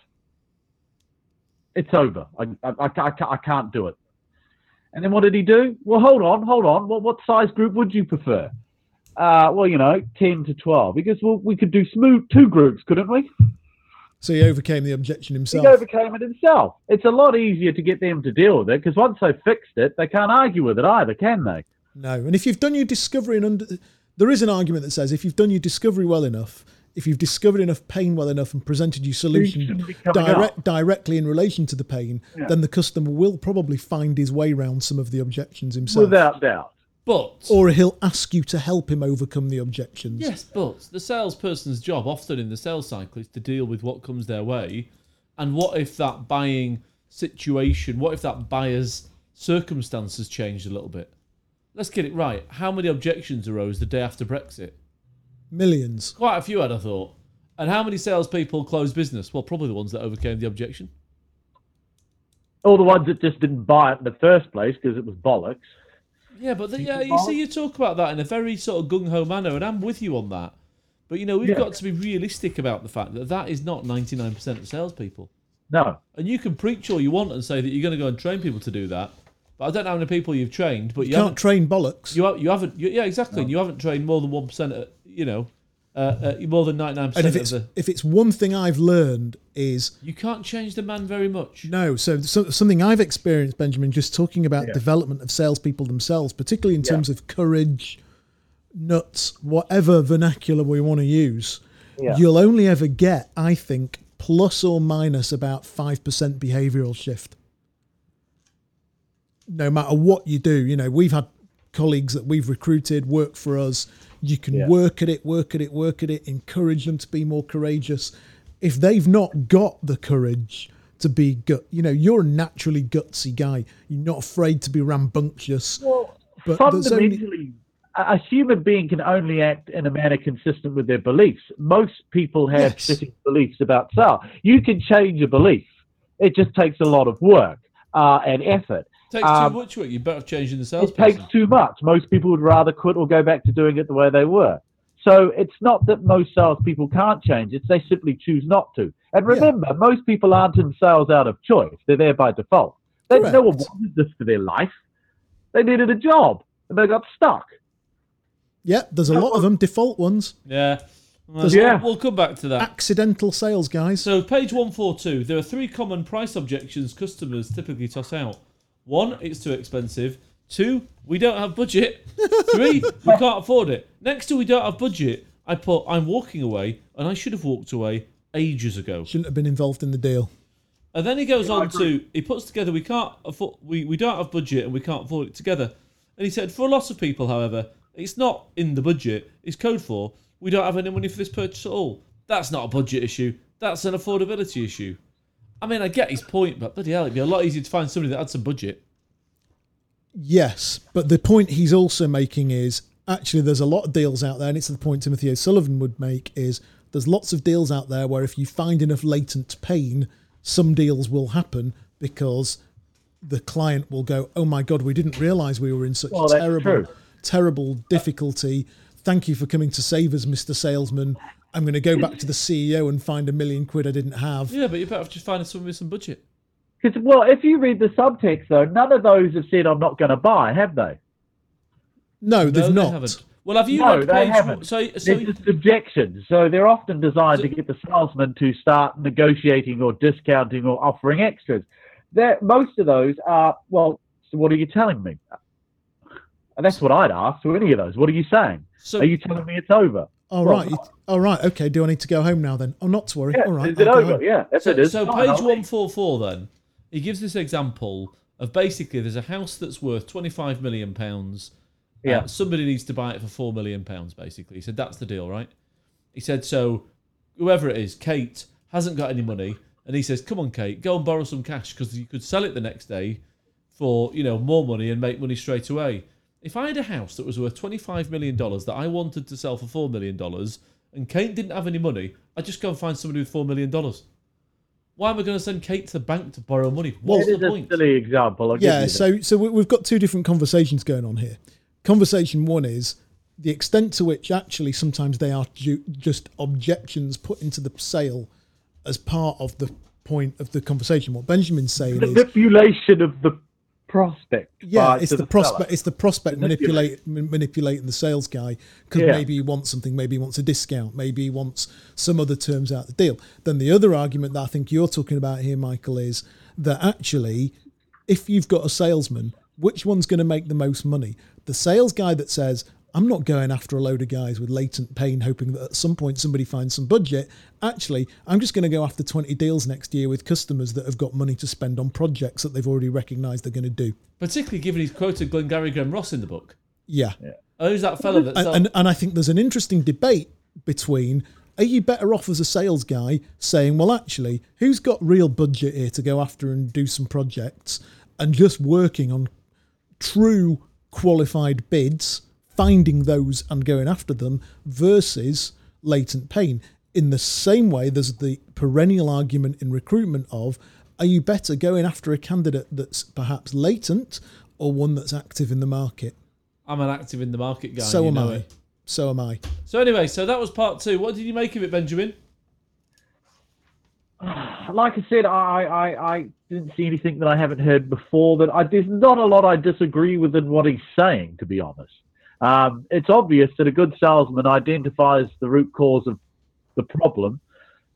It's over. I, I, I, ca- I, ca- I can't do it. And then what did he do? Well, hold on, hold on. What, what size group would you prefer? Uh, well, you know, 10 to 12, because well, we could do smooth two groups, couldn't we? So he overcame the objection himself. He overcame it himself. It's a lot easier to get them to deal with it because once they've fixed it, they can't argue with it either, can they? No, and if you've done your discovery and under, there is an argument that says if you've done your discovery well enough, if you've discovered enough pain well enough and presented your solution shouldn't be coming direct, directly in relation to the pain, then the customer will probably find his way round some of the objections himself, Without doubt. But or he'll ask you to help him overcome the objections. yes, but the salesperson's job often in the sales cycle is to deal with what comes their way, and what if that buying situation, what if that buyer's circumstances changed a little bit? Let's get it right. How many objections arose the day after Brexit? Millions. Quite a few, I'd have thought. And how many salespeople closed business? Well, probably the ones that overcame the objection. All the ones that just didn't buy it in the first place because it was bollocks. Yeah, but the, yeah, you see, you talk about that in a very sort of gung ho manner, and I'm with you on that. But you know, we've got to be realistic about the fact that that is not 99% of salespeople. No. And you can preach all you want and say that you're going to go and train people to do that, but I don't know how many people you've trained. But you, You can't haven't, train bollocks. you, ha- you haven't, you, yeah, exactly. And you haven't trained more than one percent. You know, uh, uh, more than and 99% of if it's the. if it's one thing I've learned is You can't change the man very much. No, so, so something I've experienced, Benjamin, just talking about development of salespeople themselves, particularly in terms of courage, nuts, whatever vernacular we want to use, you'll only ever get, I think, plus or minus about five percent behavioural shift. No matter what you do, you know we've had colleagues that we've recruited work for us. You can work at it, work at it, work at it. Encourage them to be more courageous. If they've not got the courage to be gut, you know, you're a naturally gutsy guy. You're not afraid to be rambunctious. Well, But there's only- fundamentally, a a human being can only act in a manner consistent with their beliefs. Most people have Yes. fitting beliefs about sale. You can change a belief. It just takes a lot of work uh, and effort. takes Um, too much work. You're better off changing the it salesperson. takes too much. Most people would rather quit or go back to doing it the way they were. So it's not that most salespeople can't change; it's they simply choose not to. And remember, most people aren't in sales out of choice; they're there by default. They Correct. no one wanted this for their life. They needed a job, and they got stuck. Yeah, there's a lot of them default ones, Yeah. Yeah. We'll come back to that. accidental sales guys. So, page 142, there are three common price objections customers typically toss out. One, it's too expensive. Two, we don't have budget. Three, we can't afford it. Next to we don't have budget, I put, I'm walking away, and I should have walked away ages ago. Shouldn't have been involved in the deal. And then he goes on to he puts together we can't afford we, we don't have budget and we can't afford it together. And he said for a lot of people, however, it's not in the budget. It's code for we don't have any money for this purchase at all. That's not a budget issue. That's an affordability issue. I mean, I get his point, but bloody hell, it'd be a lot easier to find somebody that had some budget. Yes, but the point he's also making is actually there's a lot of deals out there, and it's the point Timothy O'Sullivan would make is there's lots of deals out there where if you find enough latent pain, some deals will happen because the client will go, "Oh my god, we didn't realise we were in such Well, that's terrible, true. terrible difficulty." Thank you for coming to save us, Mr. Salesman. I'm going to go back to the CEO and find a million quid I didn't have. Yeah, but you better off just finding someone with some budget. Because well, if you read the subtext though, none of those have said I'm not going to buy, have they? No, they've not. no, they haven't. Well, have you No, read they page haven't. So, so They're just objections. So they're often designed to get the salesman to start negotiating or discounting or offering extras. That most of those are well. So what are you telling me? And that's what I'd ask to any of those. What are you saying? So- are you telling me it's over? All Well, right. you- All right. Okay. Do I need to go home now then? Oh, not to worry. Yeah, all right. is it I'll go over? home. Yeah, that's So, it is. so Fine, page I'll one four four. Then he gives this example of basically there's a house that's worth twenty five million pounds. Yeah. Uh, somebody needs to buy it for four million pounds. Basically, he said that's the deal, right? He said so. Whoever it is, Kate hasn't got any money, and he says, "Come on, Kate, go and borrow some cash because you could sell it the next day for you know more money and make money straight away." If I had a house that was worth twenty five million dollars that I wanted to sell for four million dollars, and Kate didn't have any money, I'd just go and find somebody with four million dollars. Why am I going to send Kate to the bank to borrow money? What's It is the a point? silly example. I'll give you Yeah. that. So, so we- we've got two different conversations going on here. Conversation one is the extent to which actually sometimes they are ju- just objections put into the sale as part of the point of the conversation. What Benjamin's saying is manipulation of the prospect. Yeah, by- it's to the, prospect. seller. It's the prospect manipulate, Manipulate. manipulating manipulating the sales guy because Yeah. maybe he wants something, maybe he wants a discount, maybe he wants some other terms out of the deal. Then the other argument that I think you're talking about here, Michael, is that actually, if you've got a salesman, which one's going to make the most money? The sales guy that says. I'm not going after a load of guys with latent pain, hoping that at some point somebody finds some budget. Actually, I'm just going to go after 20 deals next year with customers that have got money to spend on projects that they've already recognised they're going to do. Particularly given he's quoted Glengarry Graham Ross in the book. Yeah. Oh, who's that fellow that's And, and, and I think there's an interesting debate between are you better off as a sales guy saying, well, actually, who's got real budget here to go after and do some projects and just working on true qualified bids, finding those and going after them versus latent pain. In the same way, there's the perennial argument in recruitment of are you better going after a candidate that's perhaps latent or one that's active in the market? I'm an active in the market guy. So you am know I. it. So am I. So anyway, so that was part two. What did you make of it, Benjamin? like I said, I, I, I didn't see anything that I haven't heard before. That I, there's not a lot I disagree with in what he's saying, to be honest. Um, it's obvious that a good salesman identifies the root cause of the problem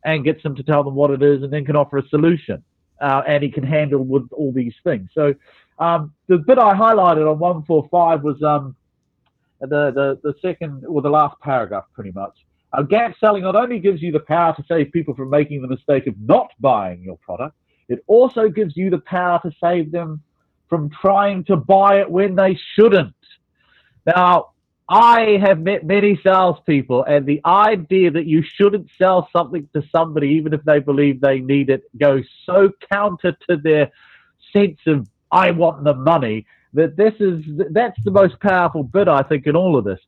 and gets them to tell them what it is and then can offer a solution. Uh, and he can handle with all these things. So um, the bit I highlighted on 145 was um, the, the, the second or the last paragraph, pretty much. Uh, gap selling not only gives you the power to save people from making the mistake of not buying your product, it also gives you the power to save them from trying to buy it when they shouldn't. Now, I have met many salespeople, and the idea that you shouldn't sell something to somebody, even if they believe they need it, goes so counter to their sense of I want the money that this is that's the most powerful bit I think in all of this.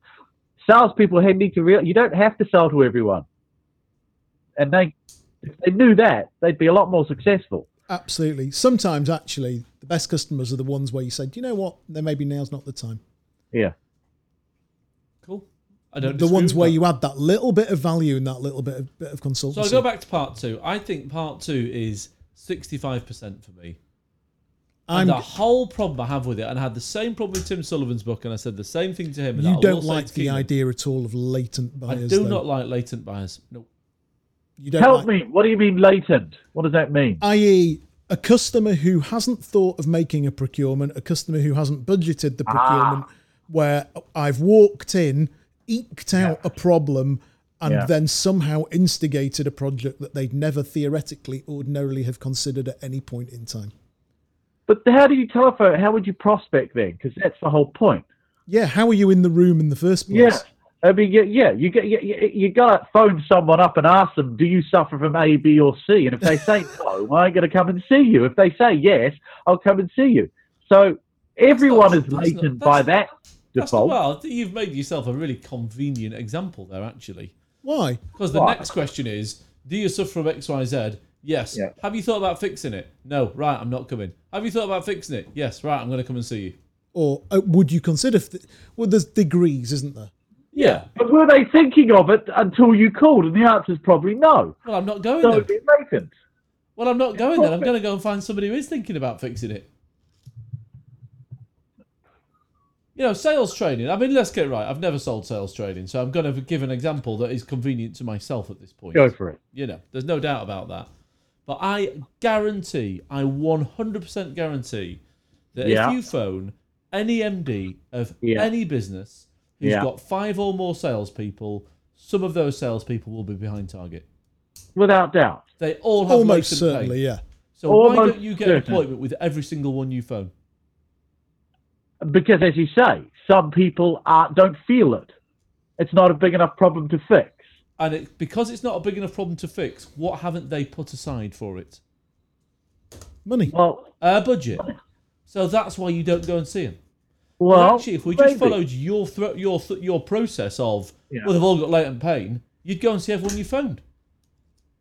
Salespeople had- need to real you don't have to sell to everyone, and they if they knew that they'd be a lot more successful. Absolutely. Sometimes, actually, the best customers are the ones where you say, "Do you know what? There maybe now's not the time." Yeah, Cool. I don't. The disagree ones with where that. you add that little bit of value and that little bit of, bit of consultancy. So I'll go back to part two. I think part two is 65% for me. I'm, the whole problem I have with it, and I had the same problem with Tim Sullivan's book, and I said the same thing to him. And I you will don't say like to the Keegan, idea at all of latent I buyers. do though. not like latent buyers. No. You don't help like- me. What do you mean latent? What does that mean? i.e., e, a customer who hasn't thought of making a procurement, a customer who hasn't budgeted Ah. the procurement, where I've walked in, eked out a problem, and Yeah. then somehow instigated a project that they'd never theoretically ordinarily have considered at any point in time. But how do you telephone? How would you prospect then? Because that's the whole point. Yeah, how are you in the room in the first place? Yes. I mean, yeah, yeah, you get you, you, you gotta phone someone up and ask them, do you suffer from A, B, or C? And if they say no, I ain't gonna come and see you. If they say yes, I'll come and see you. So everyone That's is not- that's not- latent by that That's the, default. well, I think you've made yourself a really convenient example there, actually. Why? Because the Right. next question is, do you suffer from X, Y, Z? Yes. Yeah. Have you thought about fixing it? No. Right, I'm not coming. Have you thought about fixing it? Yes. Right, I'm going to come and see you. Or uh, would you consider? Th- well, there's degrees, isn't there? Yeah. But were they thinking of it until you called? And the answer is probably no. Well, I'm not going So then. it'd be latent. Well, I'm not going then. I'm going to go and find somebody who is thinking about fixing it. You know, sales training. I mean, let's get it right. I've never sold sales training, so I'm going to give an example that is convenient to myself at this point. Go for it. You know, there's no doubt about that. But I guarantee, I 100% guarantee that Yeah. if you phone any MD of Yeah. any business who's Yeah. got five or more salespeople, some of those salespeople will be behind target. Without doubt. They all have Almost latent pain. certainly, yeah. So why Almost don't you get an certain. appointment with every single one you phone? Because as you say, some people are, don't feel it. It's not a big enough problem to fix. And it, because it's not a big enough problem to fix, what haven't they put aside for it? Money. Well A budget. So that's why you don't go and see them. well actually, if we maybe. just followed your thro- your th- your process of Yeah. well, they've all got latent pain, you'd go and see everyone you phoned.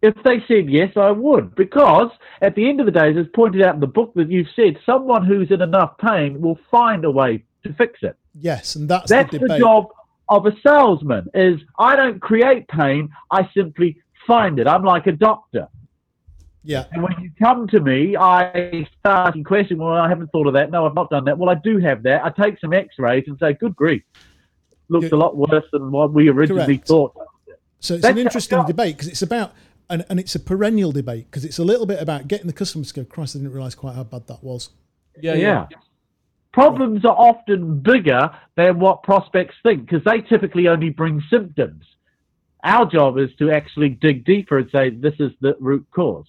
If they said yes, I would, because at the end of the day, as is pointed out in the book that you've said, someone who's in enough pain will find a way to fix it. Yes, and that's, That's the the, debate. job of a salesman. Is I don't create pain; I simply find it. I'm like a doctor. Yeah. And when you come to me, I start in question, well, I haven't thought of that. No, I've not done that. Well, I do have that. I take some x rays and say, good grief, looks Yeah. a lot worse than what we originally Correct. thought. So it's an That's- interesting yeah. debate because it's about, and, and it's a perennial debate because it's a little bit about getting the customers to go, Christ, I didn't realize quite how bad that was. Yeah, yeah. yeah. Problems are often bigger than what prospects think because they typically only bring symptoms. Our job is to actually dig deeper and say, this is the root cause.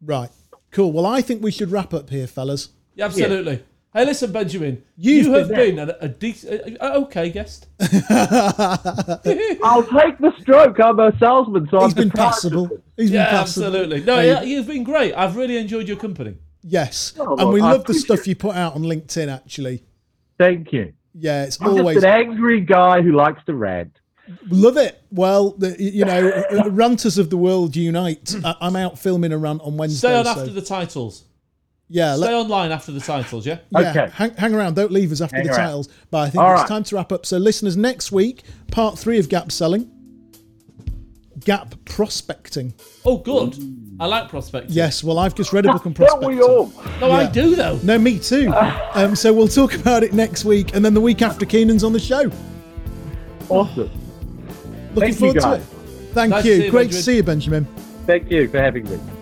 Right. Cool. Well, I think we should wrap up here, fellas. Yeah, absolutely. Hey, listen, Benjamin. You've you been- have been a, a decent, okay guest. I'll take the stroke. I'm a salesman, so He's I'm been deprived of passable. it. He's Yeah, been passable. Um, absolutely. No, yeah, you've been great. I've really enjoyed your company. Yes. Oh, and well, we I love the appreciate stuff you put out on LinkedIn, actually. Thank you. Yeah, it's I'm always just an angry guy who likes to rant. love it. Well, the, you know, ranters of the world unite. I, I'm out filming a rant on Wednesday. Stay on so- after the titles. yeah, let- Stay online after the titles. Yeah. Yeah, Okay. hang, hang around. Don't leave us after Hang the around. titles. But I think All it's right. time to wrap up. So, listeners, next week, part three of gap selling, gap prospecting. Oh, good. I like prospecting. Yes, well, I've just read a book on Don't prospecting. we all? No, I do though. No, me too. Um, so we'll talk about it next week, and then the week after, Keenan's on the show. Looking Awesome. Thank you, forward to guys. it. Thank Nice to you. see you, Great to Benjamin. see you, Benjamin. Thank you for having me.